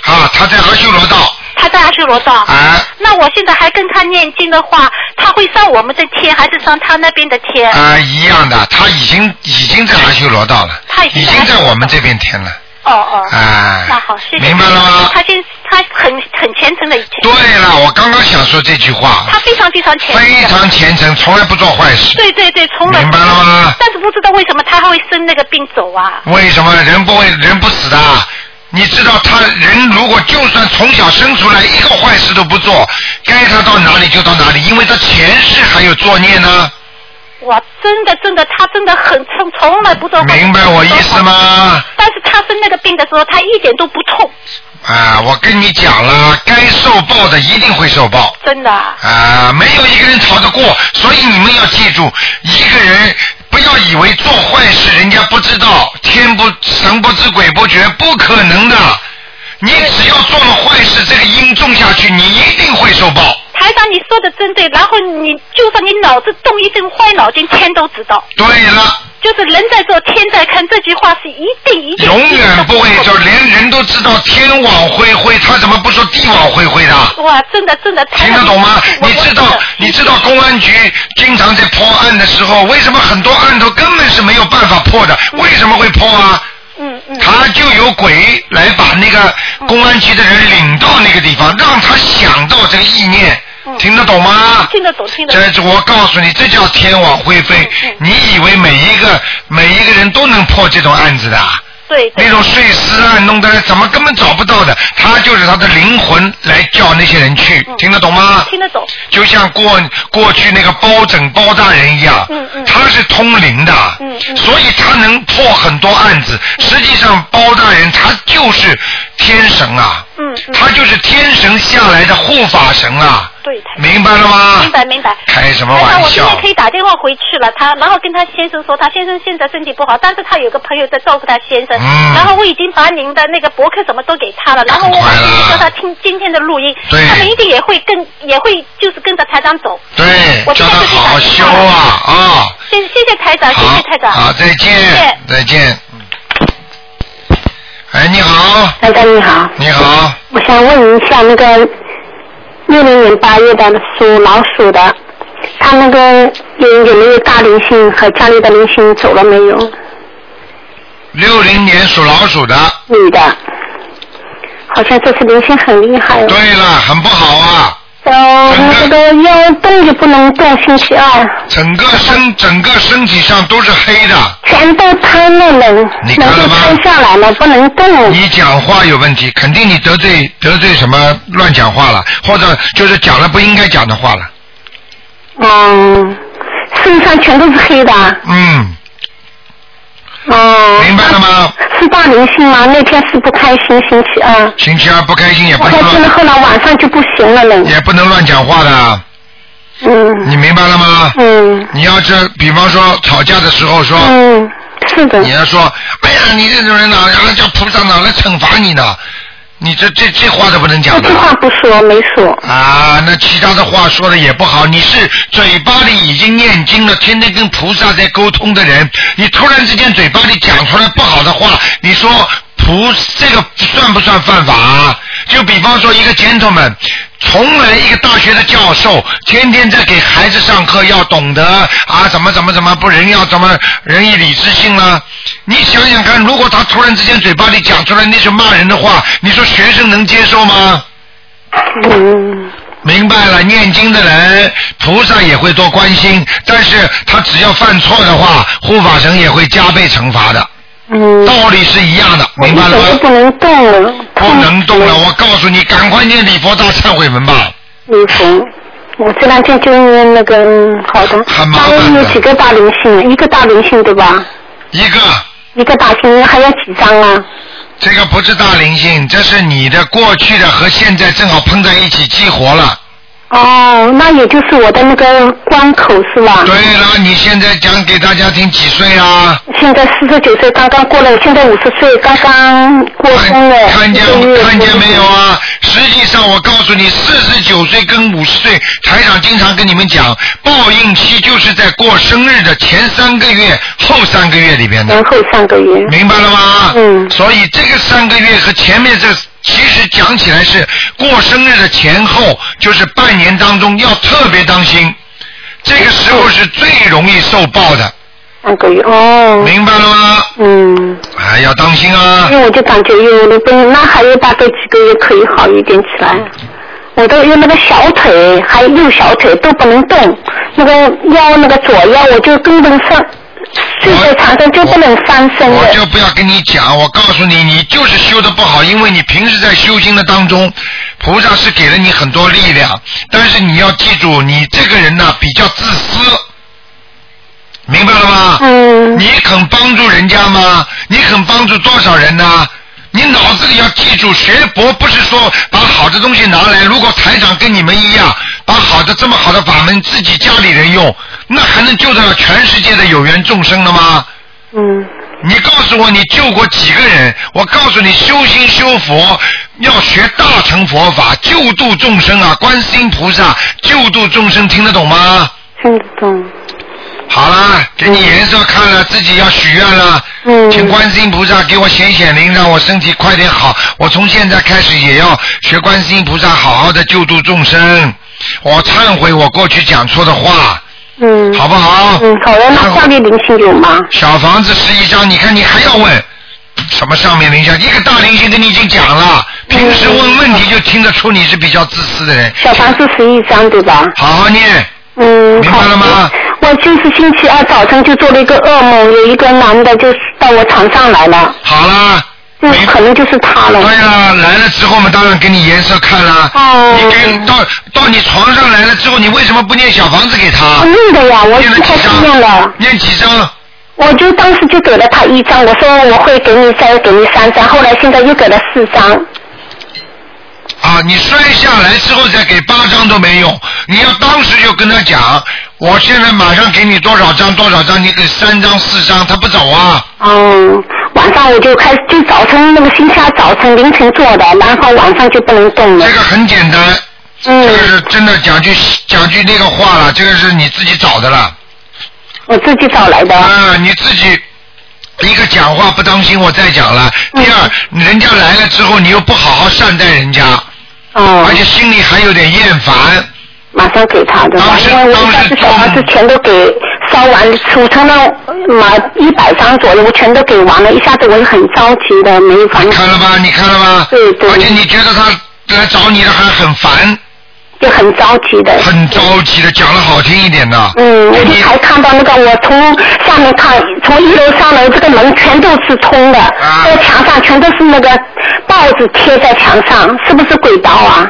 S1: 啊，他在阿修罗道
S5: 她在阿修罗道。
S1: 啊
S5: 那我现在还跟她念经的话，她会上我们的天，还是上她那边的天？
S1: 啊一样的，他已经已经在阿修罗道了，
S5: 他已经在阿修罗道
S1: 在我们这边天了，
S5: 哦哦。
S1: 啊，
S5: 那好，谢谢。
S1: 明白了吗？
S5: 她现她很很虔诚的以前，
S1: 对了，我刚刚想说这句话，
S5: 她非常非常虔诚的。
S1: 非常虔诚，从来不做坏事。
S5: 对对对，从来
S1: 明白了吗
S5: 但是不知道为什么他还会生那个病走啊？
S1: 为什么人不会人不死的？你知道他人如果就算从小生出来一个坏事都不做，该他到哪里就到哪里，因为他前世还有作孽呢。
S5: 哇，真的真的，他真的很从从来不做坏事
S1: 明白我意思？吗？
S5: 但是他生那个病的时候，他一点都不痛，
S1: 啊，我跟你讲了，该受报的一定会受报。
S5: 真的啊。
S1: 啊，没有一个人逃得过，所以你们要记住，一个人不要以为做坏事人家不知道，天不神不知鬼不觉，不可能的。你只要做了坏事，这个因种下去，你一定会受报。
S5: 台长，你说的真对，然后你就算你脑子动一阵坏脑筋，天都知道。
S1: 对了，
S5: 就是人在做，天在看，这句话是一定一定。
S1: 永远不会
S5: 一定
S1: 就连人都知道天网恢恢，他怎么不说地网恢恢的？
S5: 哇，真的真的，台
S1: 听
S5: 长
S1: 得懂吗？
S5: 我
S1: 你知道
S5: 我真的，
S1: 你知道公安局经常在破案的时候，为什么很多案头根本是没有办法破的？为什么会破啊？
S5: 嗯嗯，
S1: 他就有鬼来把那个公安局的人领到那个地
S5: 嗯
S1: 方，让他想到这个意念，听得懂吗？
S5: 听得懂听得懂。嗯
S1: 这我告诉你，这叫天网恢恢。你以为每一个每一个人都能破这种案子的啊？
S5: 对对
S1: 那种碎尸案弄得怎么根本找不到的，他就是他的灵魂来叫那些人去，
S5: 嗯
S1: 听得懂吗？
S5: 听得懂。
S1: 就像过过去那个包拯包大人一样，
S5: 嗯嗯
S1: 他是通灵的，
S5: 嗯嗯
S1: 所以他能破很多案子。实际上，包大人他就是天神啊，
S5: 嗯嗯
S1: 他就是天神下来的护法神啊，
S5: 对台长。
S1: 明白了吗？
S5: 明白明白。
S1: 开什么
S5: 台长，
S1: 玩
S5: 哎我现在
S1: 笑
S5: 可？以打电话回去了，他然后跟他先生说，他先生现在身体不好，但是他有个朋友在照顾他先生，
S1: 嗯
S5: 然后我已经把您的那个博客什么都给他了，然后我
S1: 太快
S5: 晚
S1: 了
S5: 上叫他听今天的录音，
S1: 啊对
S5: 他们一定也会跟也会就是跟着台长走。
S1: 对，
S5: 我
S1: 叫
S5: 现
S1: 他
S5: 在就去
S1: 好好
S5: 打电
S1: 修
S5: 话
S1: 啊
S5: 了。
S1: 啊！
S5: 谢谢谢台啊长，谢
S1: 好，
S5: 谢台长。
S1: 好，再见，
S5: 谢谢
S1: 再见。嗯哎，你好，
S2: 台长你好，
S1: 你好，
S2: 我想问一下那个六零年八月的属老鼠的，他那个有有没有大灵性和家里的灵性走了没有？
S1: 六零年属老鼠的，
S2: 女的，好像这次灵性很厉害哦。
S1: 对了，很不好啊，
S2: 哦，那个腰动就不能动，星期二
S1: 整个
S2: 哎
S1: 身整个身体上都是黑的。
S2: 全都瘫了人，
S1: 你看
S2: 能
S1: 了
S2: 够
S1: 吗
S2: 瘫下来了，不能动。
S1: 你讲话有问题，肯定你得罪得罪什么乱讲话了，或者就是讲了不应该讲的话了。
S2: 嗯，身上全都是黑的啊。
S1: 嗯，
S2: 哦，
S1: 明白了吗？
S2: 是大明星吗？那天是不开心，星期二。
S1: 星期二不开心也
S2: 我
S1: 不能
S2: 开心了，
S1: 乱
S2: 后来晚上就不行了呢。
S1: 也不能乱讲话的，
S2: 嗯
S1: 你明白了吗？
S2: 嗯
S1: 你要这，比方说吵架的时候说，
S2: 嗯，是的
S1: 你，要说，哎呀，你这种人哪，然后叫菩萨哪来惩罚你呢？你这这这话都不能
S2: 这
S1: 讲的
S2: 句话不说没说，
S1: 啊！那其他的话说的也不好。你是嘴巴里已经念经了，天天跟菩萨在沟通的人，你突然之间嘴巴里讲出来不好的话，你说菩这个算不算犯法、啊？就比方说一个 gentleman，从来一个大学的教授，天天在给孩子上课，要懂得啊，怎么怎么怎么，不人要怎么仁义礼智信啦、你想想看，如果他突然之间嘴巴里讲出来那是骂人的话，你说学生能接受吗？
S2: 嗯
S1: 明白了，念经的人，菩萨也会多关心，但是他只要犯错的话，护法神也会加倍惩罚的，
S2: 嗯，
S1: 道理是一样的，明白了
S2: 我
S1: 吗
S2: 不？能动了，
S1: 不能动了，我告诉你，赶快念礼佛大忏悔文吧。
S2: 礼服。我这两天就念那个嗯好的，
S1: 很麻
S2: 大
S1: 烦的
S2: 约有几个大灵性，一个大灵性对吧？
S1: 一个，
S2: 一个大灵还要几张啊？
S1: 这个不是大灵性，这是你的过去的和现在正好碰在一起激活了。
S2: 哦，那也就是我的那个关口是吧？
S1: 对了，你现在讲给大家听几岁啊？
S2: 现在四十九岁刚刚过了，现在五十岁刚刚过生了
S1: 看，看见
S2: 一个月
S1: 看见没有？啊？实际上，我告诉你，四十九岁跟五十岁，台长经常跟你们讲，报应期就是在过生日的前三个月、后三个月里边的
S2: 然，后上个月，
S1: 明白了吗？
S2: 嗯
S1: 所以这个三个月和前面这，其实讲起来是过生日的前后，就是半年当中要特别当心，这个时候是最容易受报的，
S2: 上个月哦，
S1: 明白了吗？
S2: 嗯，
S1: 哎，要当心啊
S2: 因！为我就感觉有那个，那还有大概几个月可以好一点起来。我的有那个小腿还有右小腿都不能动，那个腰那个左腰我就根本上睡在床上就不能翻身
S1: 我
S2: 了。
S1: 就不要跟你讲，我告诉你，你就是修的不好，因为你平时在修行的当中，菩萨是给了你很多力量，但是你要记住，你这个人呢比较自私，明白了吗？
S2: 嗯
S1: 你肯帮助人家吗？你肯帮助多少人呢？你脑子里要记住，学佛不是说把好的东西拿来。如果台长跟你们一样，把好的这么好的法门自己家里人用，那还能救得了全世界的有缘众生了吗？
S2: 嗯
S1: 你告诉我你救过几个人？我告诉你，修心修佛要学大乘佛法，救度众生啊！观世音菩萨救度众生，听得懂吗？
S2: 听得懂。
S1: 好啦，给你颜色看了，自己要许愿了。
S2: 嗯
S1: 请观世音菩萨给我显显灵，让我身体快点好。我从现在开始也要学观世音菩萨，好好的救度众生。我忏悔我过去讲错的话，
S2: 嗯。
S1: 好不好？
S2: 嗯，好的，
S1: 忏
S2: 那
S1: 悔
S2: 下面灵性有吗？
S1: 小房子十一张，你看你还要问什么上面灵性？一个大灵性跟你已经讲了，平时问问题就听得出你是比较自私的人。
S2: 小房子十一张对吧？
S1: 好好念，
S2: 嗯，
S1: 明白了吗
S2: 好？我就是星期二早晨就做了一个噩梦，有一个男的就到我床上来了，
S1: 好啦。
S2: 就
S1: 明
S2: 可能就是他了。
S1: 对了，来了之后我们当然给你颜色看啦。
S2: 哦
S1: 你啊给到到你床上来了之后，你为什么不念小房子给他
S2: 我？念的呀，我
S1: 念了
S2: 开
S1: 几
S2: 始念
S1: 张
S2: 了？，
S1: 念几张？
S2: 我就当时就给了他一张，我说我会给你再给你三张，后来现在又给了四张。
S1: 啊，你摔下来之后再给八张都没用，你要当时就跟他讲，我现在马上给你多少张多少张，你给三张四张，他不走啊。
S2: 嗯，晚上我就开始，就早晨那个星期二早晨凌晨做的，然后晚上就不能动了
S1: 这。个很简单，这个
S2: 嗯，
S1: 是真的讲句讲句那个话了，这个是你自己找的了
S2: 我自己找来的。
S1: 啊，你自己。一个讲话不当心，我再讲了。
S2: 嗯
S1: 第二，人家来了之后，你又不好好善待人家，
S2: 哦
S1: 而。且心里还有点厌烦。
S2: 马上给他的吧
S1: 当，时
S2: 因为我
S1: 当
S2: 当
S1: 时
S2: 时小房子全都给烧完，储存了满一百张左右，我全都给完了，一下子我就很着急的，没房
S1: 你
S2: 子
S1: 看了吧？你看了吧？
S2: 对对
S1: 而且你觉得他来找你了还很烦，
S2: 就很着急的。
S1: 很着急的，讲的好听一点的。
S2: 嗯，我就
S1: 你
S2: 才看到那个，我从下面看，从一楼上楼这个门全都是通的，
S1: 啊
S2: 这个墙上全都是那个报纸贴在墙上，是不是轨道啊？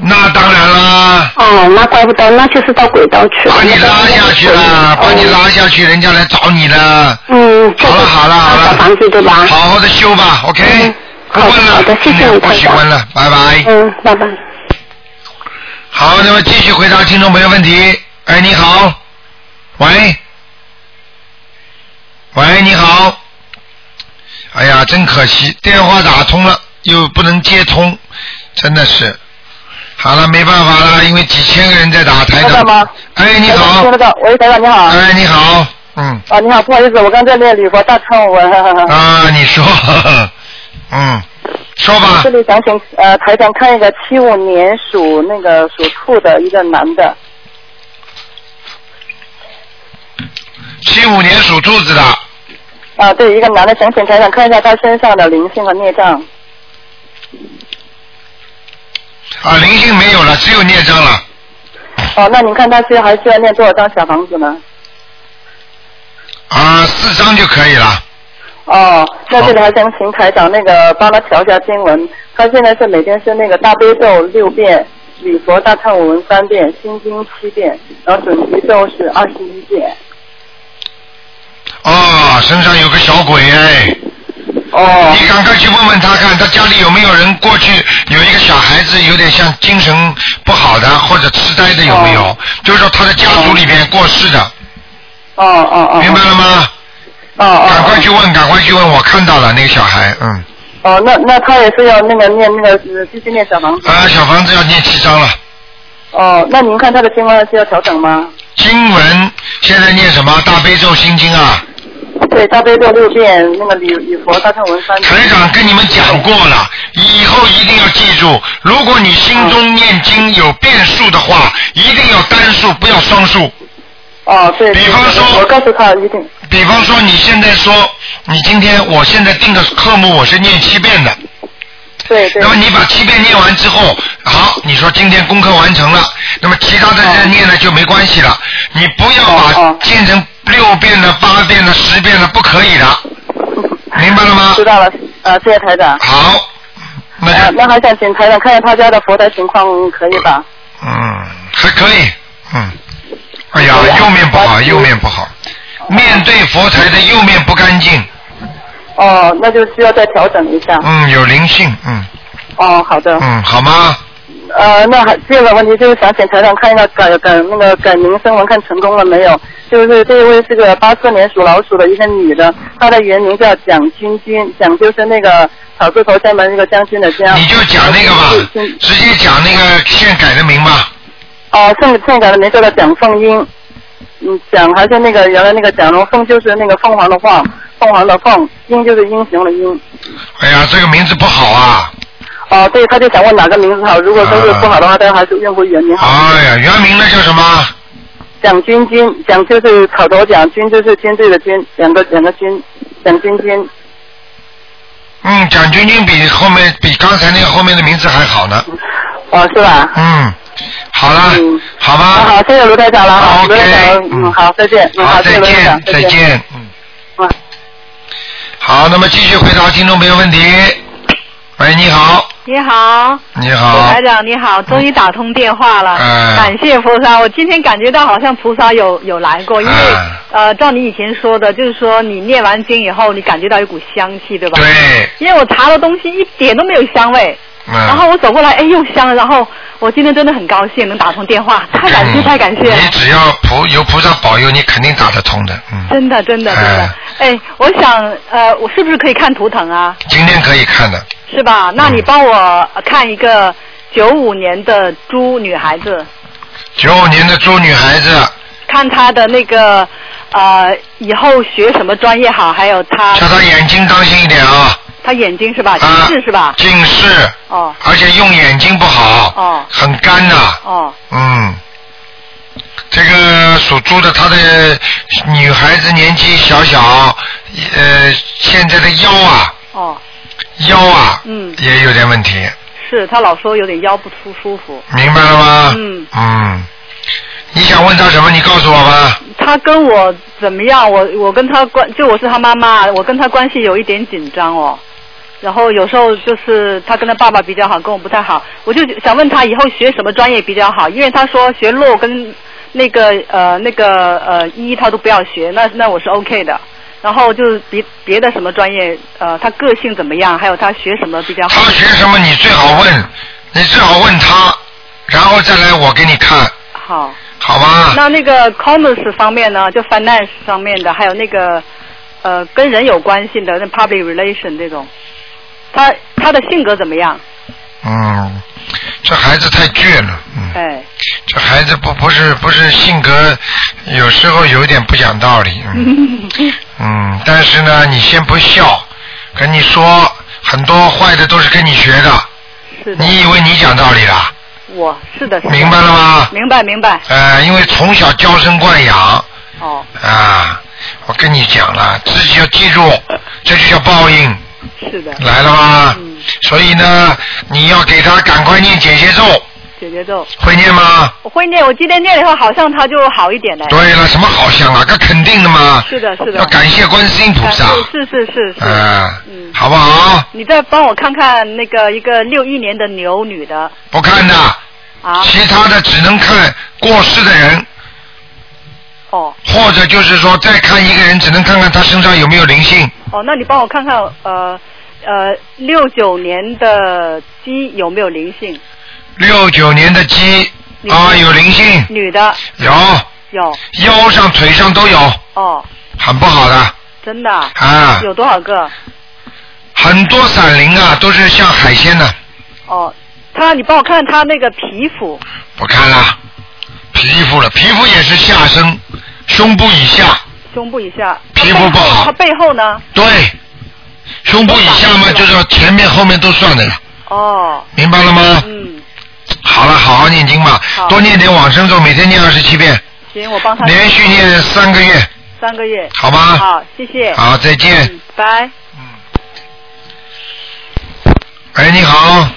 S1: 那当然啦，
S2: 哦，那怪不得，那就是到轨道去了。
S1: 把你拉下去了，把你拉下去，人家来找你了。
S2: 嗯，这
S1: 好
S2: 个
S1: 了好了好了，
S2: 小房子对吧？
S1: 好好的修吧，OK、
S2: 嗯
S1: 不
S2: 好的
S1: 问了，哎
S2: 好的谢谢你
S1: 不喜
S2: 台长
S1: 欢了，拜拜。
S2: 嗯，拜拜。
S1: 好，那么继续回答听众朋友问题。哎，你好，喂，喂，你好。哎呀，真可惜，电话打通了又不能接通，真的是。好了，没办法了，因为几千个人在打台
S2: 台
S1: 长
S2: 长吗。
S1: 哎，你好。
S2: 听得到？喂，台长你好。
S1: 哎，你好。嗯。
S2: 啊，你好，不好意思，我刚在那里我大串文。
S1: 啊，你说， <laughs> 嗯，说吧。
S2: 这里想请呃台长看一个七五年属那个属兔的一个男的，
S1: 七五年属兔子的，
S2: 啊对，一个男的想请台长看一下他身上的灵性和孽障。
S1: 啊，灵性没有了，只有孽障了。
S2: 哦，那您看他需要还需要念多少张小房子呢？
S1: 啊，四张就可以了。
S2: 哦，那这里还想请台长那个帮他调一下经文，他现在是每天是那个大悲咒六遍，礼佛大忏悔文三遍，心经七遍，然后准提咒是二十一遍。
S1: 哦，身上有个小鬼哎。
S2: 哦。
S1: 你赶快去问问他看，他家里有没有人过去有一个小孩子有点像精神不好的或者痴呆的有没有？就是说他的家族里边过世的。
S2: 哦哦哦。
S1: 明白了吗？
S2: 哦哦。
S1: 赶快去问，赶快去问，我看到了那个小孩，嗯。
S2: 哦，那那他也是要那个念那个呃继续念小房子。
S1: 啊，小房子要念七张了。
S2: 哦，那您看他的经文需要调整吗？
S1: 经文现在念什么？大悲咒心经啊。
S2: 对，大悲咒六遍，那个礼礼佛大忏文三遍。
S1: 台长跟你们讲过了，以后一定要记住，如果你心中念经有变数的话，一定要单数，不要双数。
S2: 哦，对。
S1: 比方说，我
S2: 告诉他一定。
S1: 比方说，你现在说，你今天我现在定的科目我是念七遍的。
S2: 对对。
S1: 那么你把七遍念完之后，好，你说今天功课完成了，那么其他的再念呢就没关系了。你不要
S2: 哦
S1: 把变成六遍的、八遍的、十遍的，不可以的。明白了吗？
S2: <laughs> 知道了，啊，谢谢台长。
S1: 好。那
S2: 呃、那还想请台长看一下他家的佛台情况，可以吧？
S1: 嗯，还可以，嗯。哎呀，右面不
S2: 嗯
S1: 好，右面不好，面对佛台的右面不干净，
S2: 哦，那就需要再调整一下。
S1: 嗯，有灵性，嗯
S2: 哦，好的。
S1: 嗯，好吗？
S2: 呃，那还第二个问题就是想请台长看一下改改那个改名声纹看成功了没有？就是这一位是个八四年属老鼠的一个女的，她的原名叫蒋君君，蒋就是那个草字头下面那个将军的将。
S1: 你就讲那个吧，
S2: 嗯
S1: 直接讲那个现改的名吧。
S2: 哦，圣圣改的名叫做蒋凤英，嗯，蒋还是那个原来那个蒋龙凤就是那个凤凰的凤，凤凰的凤，英就是英雄的英。
S1: 哎呀，这个名字不好啊！
S2: 哦，对，他就想问哪个名字好，如果都是不好的话，大家还是用不原名好。
S1: 哎呀，原名那叫什么？
S2: 蒋军军，蒋就是草头蒋，军就是军队的军，两个两个军，蒋军军。
S1: 嗯，蒋军军比后面比刚才那个后面的名字还好呢。
S2: 哦，是吧？
S1: 嗯，好了，好吧。
S2: 啊好，谢谢卢台长了，好，卢台长，嗯，好，再见，嗯，好，谢谢
S1: 再
S2: 卢台
S1: 见
S2: 长，，
S1: 再见，嗯
S2: 嗯。
S1: 好，那么继续回答听众朋友问题。喂，你好，
S6: 你好，
S1: 你好
S6: 台，长你好，终于打通电话了，
S1: 哎
S6: 感谢菩萨。我今天感觉到好像菩萨有有来过，因为、呃，照你以前说的，就是说你念完经以后，你感觉到一股香气，对吧？
S1: 对。
S6: 因为我查的东西一点都没有香味，
S1: 嗯
S6: 然后我走过来，哎，又香了。然后我今天真的很高兴能打通电话，
S1: 嗯
S6: 太感谢，太感谢了
S1: 你只要菩有菩萨保佑，你肯定打得通的，嗯，
S6: 真的，真的，真的
S1: 哎。
S6: 哎，我想，呃，我是不是可以看图腾啊？
S1: 今天可以看的，
S6: 是吧？那你帮我看一个九五年的猪女孩子，
S1: 九五年的猪女孩子，
S6: 看她的那个呃以后学什么专业好，还有她
S1: 叫她眼睛当心一点啊，
S6: 她眼睛是吧？近视是吧？
S1: 近视，
S6: 哦
S1: 而且用眼睛不好，
S6: 哦
S1: 很干呐、
S6: 哦
S1: 嗯，这个属猪的，她的女孩子年纪小小，呃，现在的腰啊，
S6: 哦，
S1: 腰啊，
S6: 嗯，
S1: 也有点问题，
S6: 是她老说有点腰不舒舒服。
S1: 明白了吗？
S6: 嗯，
S1: 嗯，你想问她什么？你告诉我吧。
S6: 她跟我怎么样？我我跟她关，就我是她妈妈，我跟她关系有一点紧张哦。然后有时候就是她跟她爸爸比较好，跟我不太好。我就想问她以后学什么专业比较好，因为她说学肉跟那个呃那个呃医她都不要学，那那我是 OK 的。然后就是别别的什么专业，呃，她个性怎么样，还有她学什么比较好。
S1: 学什么你最好问，你最好问他，然后再来我给你看，
S6: 好。
S1: 好吗？
S6: 那那个 commerce 方面呢，就 finance 方面的，还有那个呃跟人有关系的，那 public relation 这种，他他的性格怎么样？
S1: 嗯，这孩子太倔了，嗯， <laughs>
S6: 哎，
S1: 这孩子不不是不是性格，有时候有点不讲道理，嗯。嗯，但是呢，你先不笑，跟你说很多坏的都是跟你学的。
S6: 是的
S1: 你以为你讲道理啦？
S6: 我是的，是的
S1: 明白了吗
S6: 明白明白。
S1: 呃，因为从小娇生惯养
S6: 哦，
S1: 啊，我跟你讲了，自己要记住，这就叫报应。
S6: 是的。嗯
S1: 来了吗？所以呢，你要给他赶快念解结咒，
S6: 姐姐咒。
S1: 会念吗？
S6: 我会念，我今天念了以后，好像他就好一点了。
S1: 对了，什么好香啊？这肯定的嘛。
S6: 是的，是的。
S1: 要感谢观世音菩萨
S6: 感谢是是是是。
S1: 啊，好不好？
S6: 你再帮我看看那个一个六一年的牛女的
S1: 不看的，
S6: 啊。
S1: 其他的只能看过世的人。
S6: 哦。
S1: 或者就是说，再看一个人，只能看看他身上有没有灵性。
S6: 哦，那你帮我看看呃呃六九年的鸡有没有灵性？
S1: 六九年的鸡
S6: 女的
S1: 啊，有灵性，
S6: 女的
S1: 有
S6: 有
S1: 腰上、腿上都有，
S6: 哦，
S1: 很不好的。
S6: 真的啊
S1: 啊
S6: 有多少个？
S1: 很多闪灵啊，都是像海鲜的，
S6: 哦，他你帮我看看他那个皮肤
S1: 不看了，皮肤了，皮肤也是下身，胸部以下，
S6: 胸部以下，
S1: 皮肤不好
S6: 他，背后呢？
S1: 对，胸部以下嘛，就是前面后面都算的了，
S6: 哦，
S1: 明白了吗？
S6: 嗯，
S1: 好了，好好念经吧，多念点往生咒，每天念二十七遍，
S6: 行，我帮他
S1: 连续念三个月。
S6: 三个月，
S1: 好吧
S6: 好，谢谢，
S1: 好，再见。
S6: 嗯，拜。
S1: 哎，你好，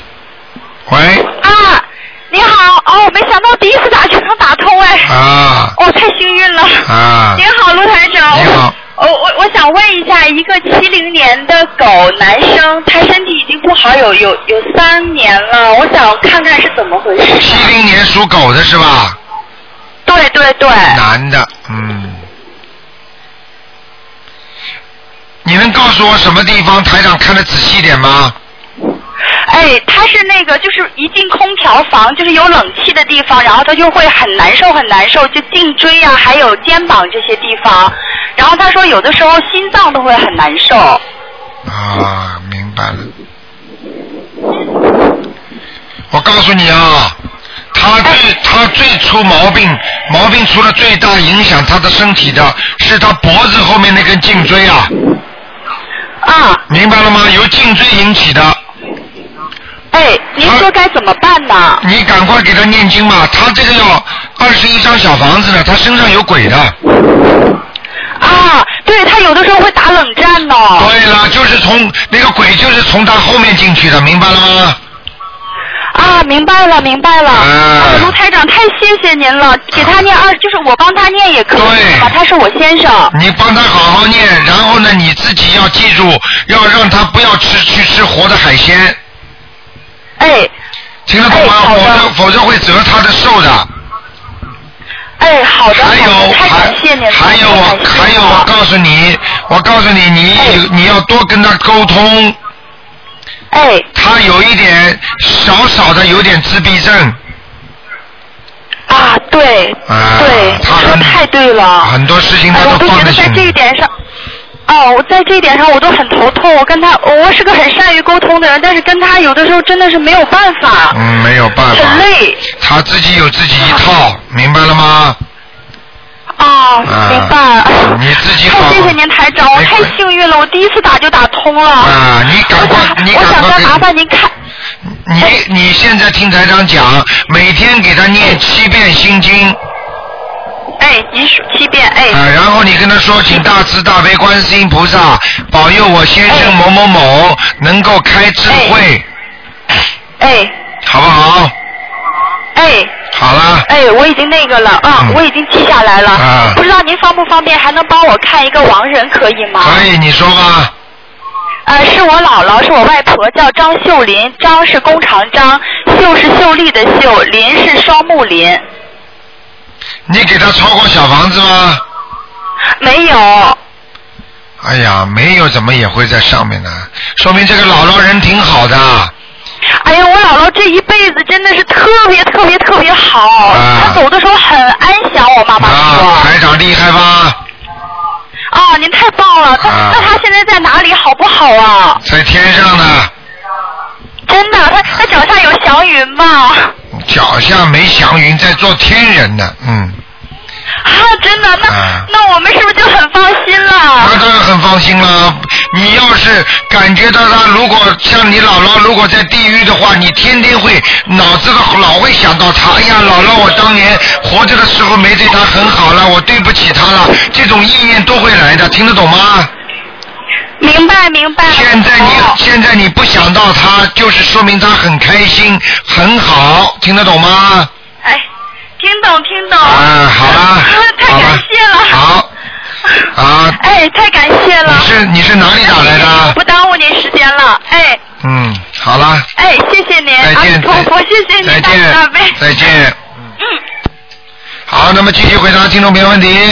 S1: 喂，
S7: 啊，你好，哦，没想到第一次打就能打通哎，
S1: 啊
S7: 哦，太幸运了。
S1: 啊
S7: 您好，卢台长。哦
S1: 你好
S7: 我我我想问一下，一个七零年的狗男生，他身体已经不好有有有三年了，我想看看是怎么回事。
S1: 七零年属狗的是吧？
S7: 对对对，
S1: 男的，嗯。你能告诉我什么地方台长看得仔细点吗？
S7: 哎，他是那个就是一进空调房，就是有冷气的地方，然后他就会很难受很难受，就颈椎啊，还有肩膀这些地方，然后他说有的时候心脏都会很难受。
S1: 啊，明白了。我告诉你啊，他最他最出毛病，毛病出了最大影响他的身体的是他脖子后面那根颈椎啊。
S7: 啊。
S1: 明白了吗？由颈椎引起的。
S7: 哎，您说该怎么办呢？
S1: 你赶快给他念经吧，他这个要二十一张小房子呢，他身上有鬼的。
S7: 啊，哦对他有的时候会打冷战呢。
S1: 对了，就是从那个鬼就是从他后面进去的，明白了吗？
S7: 啊，明白了，明白了。啊，卢台长，太谢谢您了，给他念二，就是我帮他念也可以吧，他是我先生。
S1: 你帮他好好念，然后呢，你自己要记住，要让他不要吃去吃活的海鲜。
S7: 哎。
S1: 听得懂吗？否则否则会折他的寿的。
S7: 哎，好
S1: 的。还有还还有我还有我告诉你，我告诉你，你、你要多跟他沟通。
S7: 哎。
S1: 他有一点少少的有点自闭症。
S7: 啊，对，
S1: 啊、
S7: 对，说得太对了。
S1: 很多事情他
S7: 哎
S1: 都
S7: 我都
S1: 放
S7: 觉
S1: 在
S7: 得
S1: 心
S7: 在
S1: 里
S7: 这一点上，哦，我在这一点上我都很头痛。我跟他，我是个很善于沟通的人，但是跟他有的时候真的是没有办法，
S1: 嗯，没有办法。
S7: 很累。
S1: 他自己有自己一套，明白了吗？
S7: 啊，明白。
S1: 你自己
S7: 太谢谢您台长，我太幸运了，我第一次打就打通了。
S1: 啊，你赶快，你
S7: 我
S1: 赶
S7: 想
S1: 快
S7: 再
S1: 给
S7: 麻烦您看。哎
S1: 你你现在听台长讲，每天给他念七遍心经。
S7: 哎，你数七遍，哎。
S1: 啊，然后你跟他说，请大慈大悲观世音菩萨保佑我先生某某某能够开智慧，
S7: 哎
S1: 好不好？
S7: 哎
S1: 好了，
S7: 哎，我已经那个了啊，我已经记下来了。
S1: 嗯啊
S7: 不知道您方不方便，还能帮我看一个亡人可以吗？
S1: 可以，你说吧。
S7: 呃，是我姥姥，是我外婆，叫张秀林。张是工长张，秀是秀丽的秀，林是双木林。
S1: 你给他抄过小房子吗？
S7: 没有。
S1: 哎呀，没有怎么也会在上面呢？说明这个姥姥人挺好的。
S7: 哎哎呀，我姥姥这一辈子真的是特别特别特别好，
S1: 啊
S7: 她走的时候很安详。我妈妈说。
S1: 台长厉害吧？
S7: 哦，您太棒了。她
S1: 啊
S7: 那她现在在哪里？好不好啊？
S1: 在天上呢，
S7: 真的，她她脚下有祥云吗？
S1: 脚下没祥云，在做天人呢，嗯，
S7: 啊，真的，那、
S1: 啊
S7: 那我们是不是就很放心了？
S1: 那当然很放心了。你要是感觉到他，如果像你姥姥，如果在地狱的话，你天天会脑子都老会想到他。哎呀，姥姥，我当年活着的时候没对他很好了，我对不起他了，这种意念都会来的，听得懂吗？
S7: 明白明白。哦
S1: 现在你、现在你不想到他，就是说明他很开心，很好，听得懂吗？
S7: 哎听懂听懂。
S1: 啊，好啦，
S7: 太感谢了。
S1: 好。
S7: <laughs>
S1: 啊，
S7: 哎，太感谢了。
S1: 你是你是哪里打来
S7: <laughs>
S1: 的？
S7: 不耽误您时间了，哎
S1: 嗯，好啦，
S7: 哎，谢谢您，
S1: 再
S7: 阿弥
S1: 见，
S7: 陀佛，谢谢您，哎
S1: 再
S7: 大慈
S1: 见
S7: 大悲。，
S1: 再见。嗯。好，那么继续回答听众朋友问题。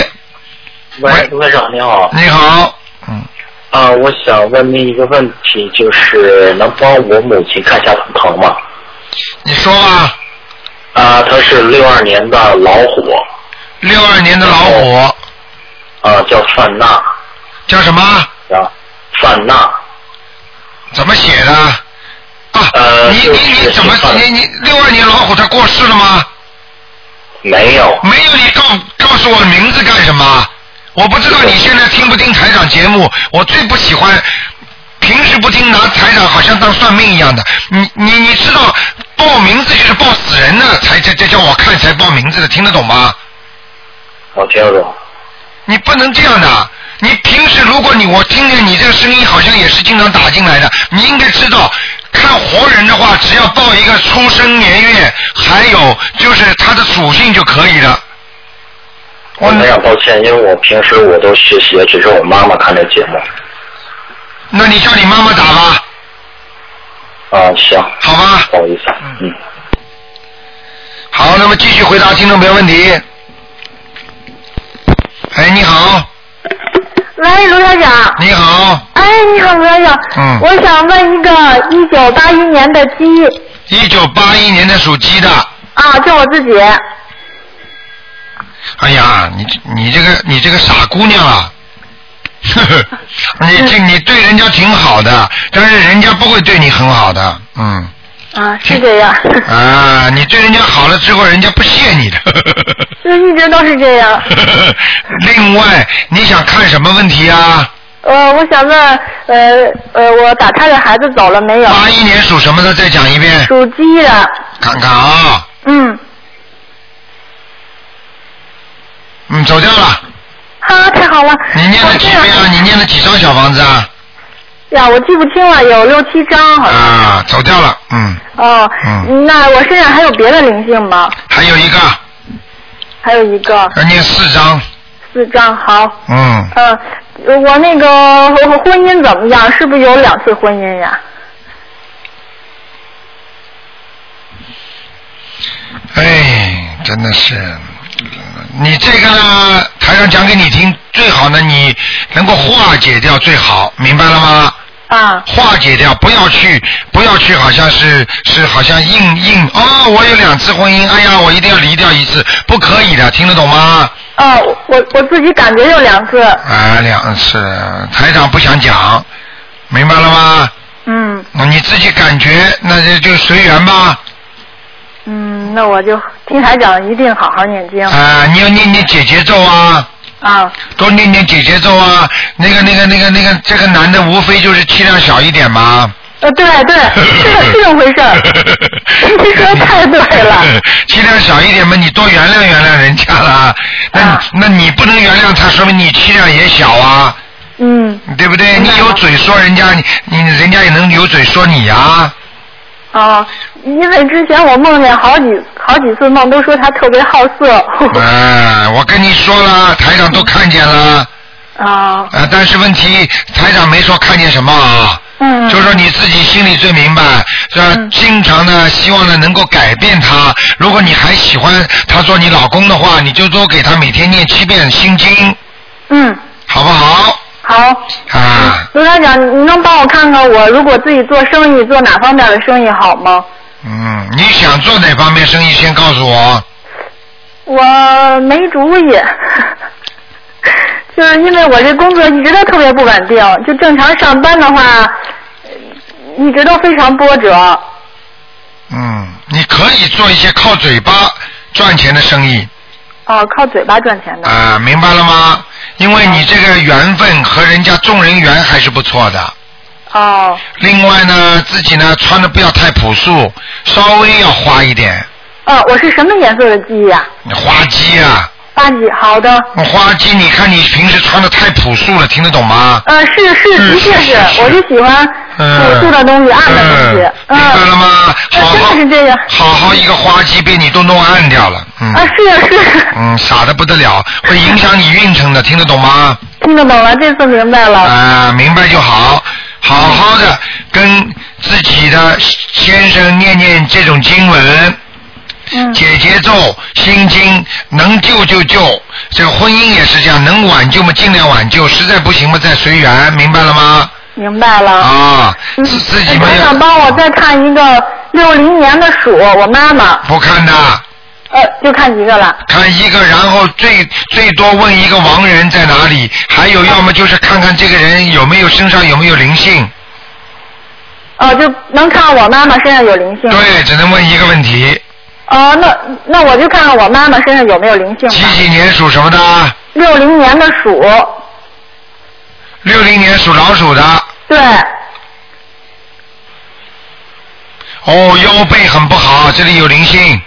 S8: 喂，卢科长你好。
S1: 你好。
S8: 嗯。啊，我想问您一个问题，就是能帮我母亲看一下图腾吗？
S1: 你说吧。
S8: 啊，她是六二年的老虎。
S1: 六二年的老虎。
S8: 啊，叫范娜。
S1: 叫什么？
S8: 啊，范娜。
S1: 怎么写的？啊，
S8: 呃、
S1: 你你你怎么你你六二年老虎他过世了吗？
S8: 没有。
S1: 没有，你告告诉我名字干什么？我不知道你现在听不听台长节目，我最不喜欢平时不听拿台长好像当算命一样的。你你你知道报名字就是报死人的，才才才叫我看才报名字的，听得懂吗？
S8: 我听得懂。
S1: 你不能这样的。你平时如果你我听见你这个声音好像也是经常打进来的，你应该知道，看活人的话，只要报一个出生年月，还有就是他的属性就可以了。
S8: 我非常抱歉，因为我平时我都学习，只是我妈妈看这节目。
S1: 那你叫你妈妈打吧。
S8: 啊，行。
S1: 好吧。
S8: 不好意思。嗯。
S1: 好，那么继续回答听众朋友问题。哎，你好，
S9: 喂，卢台长。
S1: 你好。
S9: 哎，你好，卢台长。
S1: 嗯
S9: 我想问一个一九八一年的鸡
S1: 一九八一年的属鸡的，
S9: 啊，就我自己。
S1: 哎呀，你这你这个你这个傻姑娘啊， <laughs> 呵呵，你这你对人家挺好的，但是人家不会对你很好的，嗯。
S9: 啊，是这样，
S1: 啊，你对人家好了之后，人家不谢你的。 <laughs>
S9: 就一直都是这样。
S1: 另外，你想看什么问题啊？
S9: 呃，我想问，呃呃，我打胎的孩子走了没有？
S1: 八一年属什么的？再讲一遍。
S9: 属鸡的，
S1: 看看啊，
S9: 嗯，
S1: 嗯，走掉了。
S9: 哈，啊太好了。
S1: 你念了几遍啊？你念了几张小房子啊？
S9: 呀，我记不清了，有六七张好像。
S1: 啊，嗯走掉了，嗯，
S9: 哦，那我身上还有别的灵性吗？
S1: 还有一个
S9: 还有一个，
S1: 要念四张，
S9: 四张，好，
S1: 嗯，
S9: 嗯、我那个我婚姻怎么样？是不是有两次婚姻呀？
S1: 哎，真的是，你这个呢，台上讲给你听，最好呢，你能够化解掉最好，明白了吗？
S9: 啊。
S1: 化解掉，不要去，不要去，好像是是好像硬硬哦，我有两次婚姻，哎呀，我一定要离掉一次，不可以的，听得懂吗？
S9: 哦，我我我自己感觉有两次，
S1: 啊，两次，台长不想讲，明白了吗？
S9: 嗯
S1: 那你自己感觉，那就就随缘吧。
S9: 嗯，那我就听台长一定好好念经
S1: 啊、你要念念姐姐咒啊，
S9: 啊
S1: 多念念姐姐咒啊。那个、那个、那个、那个，这个男的无非就是气量小一点嘛。
S9: 呃，对对， <laughs> 是的是这么回
S1: <laughs>
S9: 事儿， <laughs> 你说得太对了，啊
S1: 气量小一点嘛，你多原谅原谅人家啦。那、那你不能原谅他，说明你气量也小啊，
S9: 嗯，
S1: 对不对？你有嘴说人家，你你人家也能有嘴说你啊。
S9: 哦，因为之前我梦见好几好几次梦都说他特别好色，
S1: <laughs>
S9: <laughs>
S1: 哎、我跟你说了，台长都看见了。
S9: 啊。
S1: 啊，但是问题，台长没说看见什么啊。
S9: 嗯。
S1: 就说你自己心里最明白，是吧？经常呢，希望呢能够改变他。如果你还喜欢他做你老公的话，你就多给他每天念七遍心经，
S9: 嗯，
S1: 好不好？
S9: 好，
S1: 啊，
S9: 卢台长，你能帮帮我看看我如果自己做生意做哪方面的生意好吗？
S1: 嗯，你想做哪方面生意，先告诉我。
S9: 我没主意， <laughs> 就是因为我这工作一直都特别不稳定，就正常上班的话，一直都非常波折。
S1: 嗯，你可以做一些靠嘴巴赚钱的生意
S9: 哦，靠嘴巴赚钱的。
S1: 啊、明白了吗？因为你这个缘分和人家众人缘还是不错的。
S9: 哦。
S1: 另外呢，自己呢穿的不要太朴素，稍微要花一点。
S9: 哦，我是什么颜色的鸡呀、
S1: 你花鸡啊，
S9: 八几，好的。
S1: 花鸡，你看你平时穿的太朴素了，听得懂吗？
S9: 呃，是是，的确是，我就喜欢呃朴素
S1: 嗯，
S9: 的东西，暗的东西。嗯，呃
S1: 明白了吗？好好
S9: 真的是这个。
S1: 好好一个花鸡被你都弄暗掉了，嗯
S9: 啊，是是，
S1: 嗯，傻的不得了，会影响你运程的，听得懂吗？
S9: 听得懂了，这次明白了。
S1: 啊，嗯明白就好，好好的跟自己的先生念念这种经文。
S9: 嗯
S1: 解节奏、心经，能救就救。这个婚姻也是这样，能挽救嘛尽量挽救，实在不行嘛再随缘，明白了吗？
S9: 明白了。嗯
S1: 啊，自自己
S9: 我
S1: 没
S9: 想
S1: 有
S9: 帮我再看一个六零年的鼠，我妈妈。
S1: 不看的，
S9: 呃，就看一个了。
S1: 看一个，然后最最多问一个亡人在哪里，还有要么就是看看这个人有没有身上有没有灵性。
S9: 哦，就能看我妈妈身上有灵性。
S1: 对，只能问一个问题，
S9: 哦，那那我就看看我妈妈身上有没有灵性吧。
S1: 几几年属什么的？
S9: 六零年的鼠，
S1: 六零年属老鼠的。
S9: 对，
S1: 哦，腰背很不好，这里有灵性，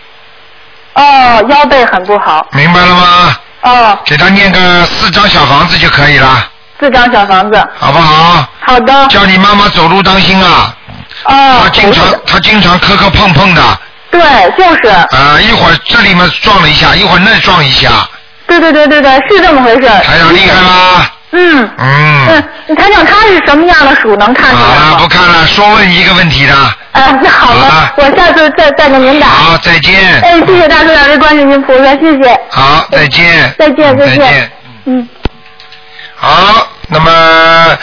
S9: 哦，腰背很不好，
S1: 明白了吗？
S9: 哦，
S1: 给他念个四张小房子就可以了，
S9: 四张小房子。
S1: 好不好？
S9: 好的。
S1: 叫你妈妈走路当心啊。
S9: 哦。
S1: 她经常她经常磕磕碰碰的，
S9: 对，就是，
S1: 啊，一会儿这里面撞了一下，一会儿那撞一下，
S9: 对对对对对，是这么回事。
S1: 台长厉害啦。
S9: 嗯。
S1: 嗯。
S9: 嗯，台长，他是什么样的鼠能看出来吗？
S1: 啊，不看了，说问一个问题的，
S9: 哎，那好了，我下次再再给您打。
S1: 好，再见，
S9: 哎，谢谢大师大师观世音菩萨，谢谢，
S1: 好，再见，
S9: 再见，
S1: 再
S9: 再
S1: 见
S9: 见。。嗯。
S1: 好，那么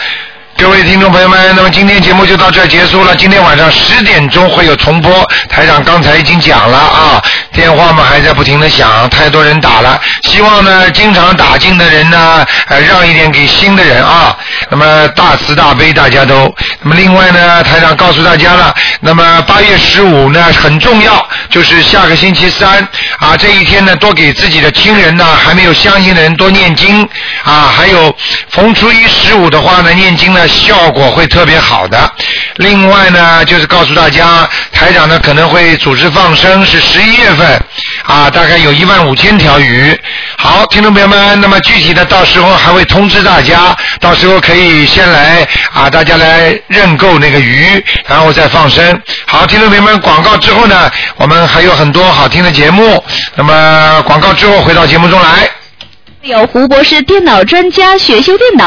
S1: 各位听众朋友们，那么今天节目就到这儿结束了。今天晚上十点钟会有重播，台长刚才已经讲了啊，电话嘛还在不停的响，太多人打了。希望呢，经常打进的人呢，呃，让一点给新的人啊。那么大慈大悲，大家都。那么另外呢，台长告诉大家了，那么八月十五呢很重要，就是下个星期三啊，这一天呢多给自己的亲人呢还没有相信的人多念经啊，还有逢初一十五的话呢念经呢效果会特别好的。另外呢就是告诉大家，台长呢可能会组织放生，是十一月份啊，大概有一万五千条鱼。好，听众朋友们，那么具体的到时候还会通知大家，到时候可以先来啊，大家来认购那个鱼，然后再放生。好，听众朋友们，广告之后呢，我们还有很多好听的节目。那么广告之后回到节目中来。
S10: 有胡博士电脑专家学修电脑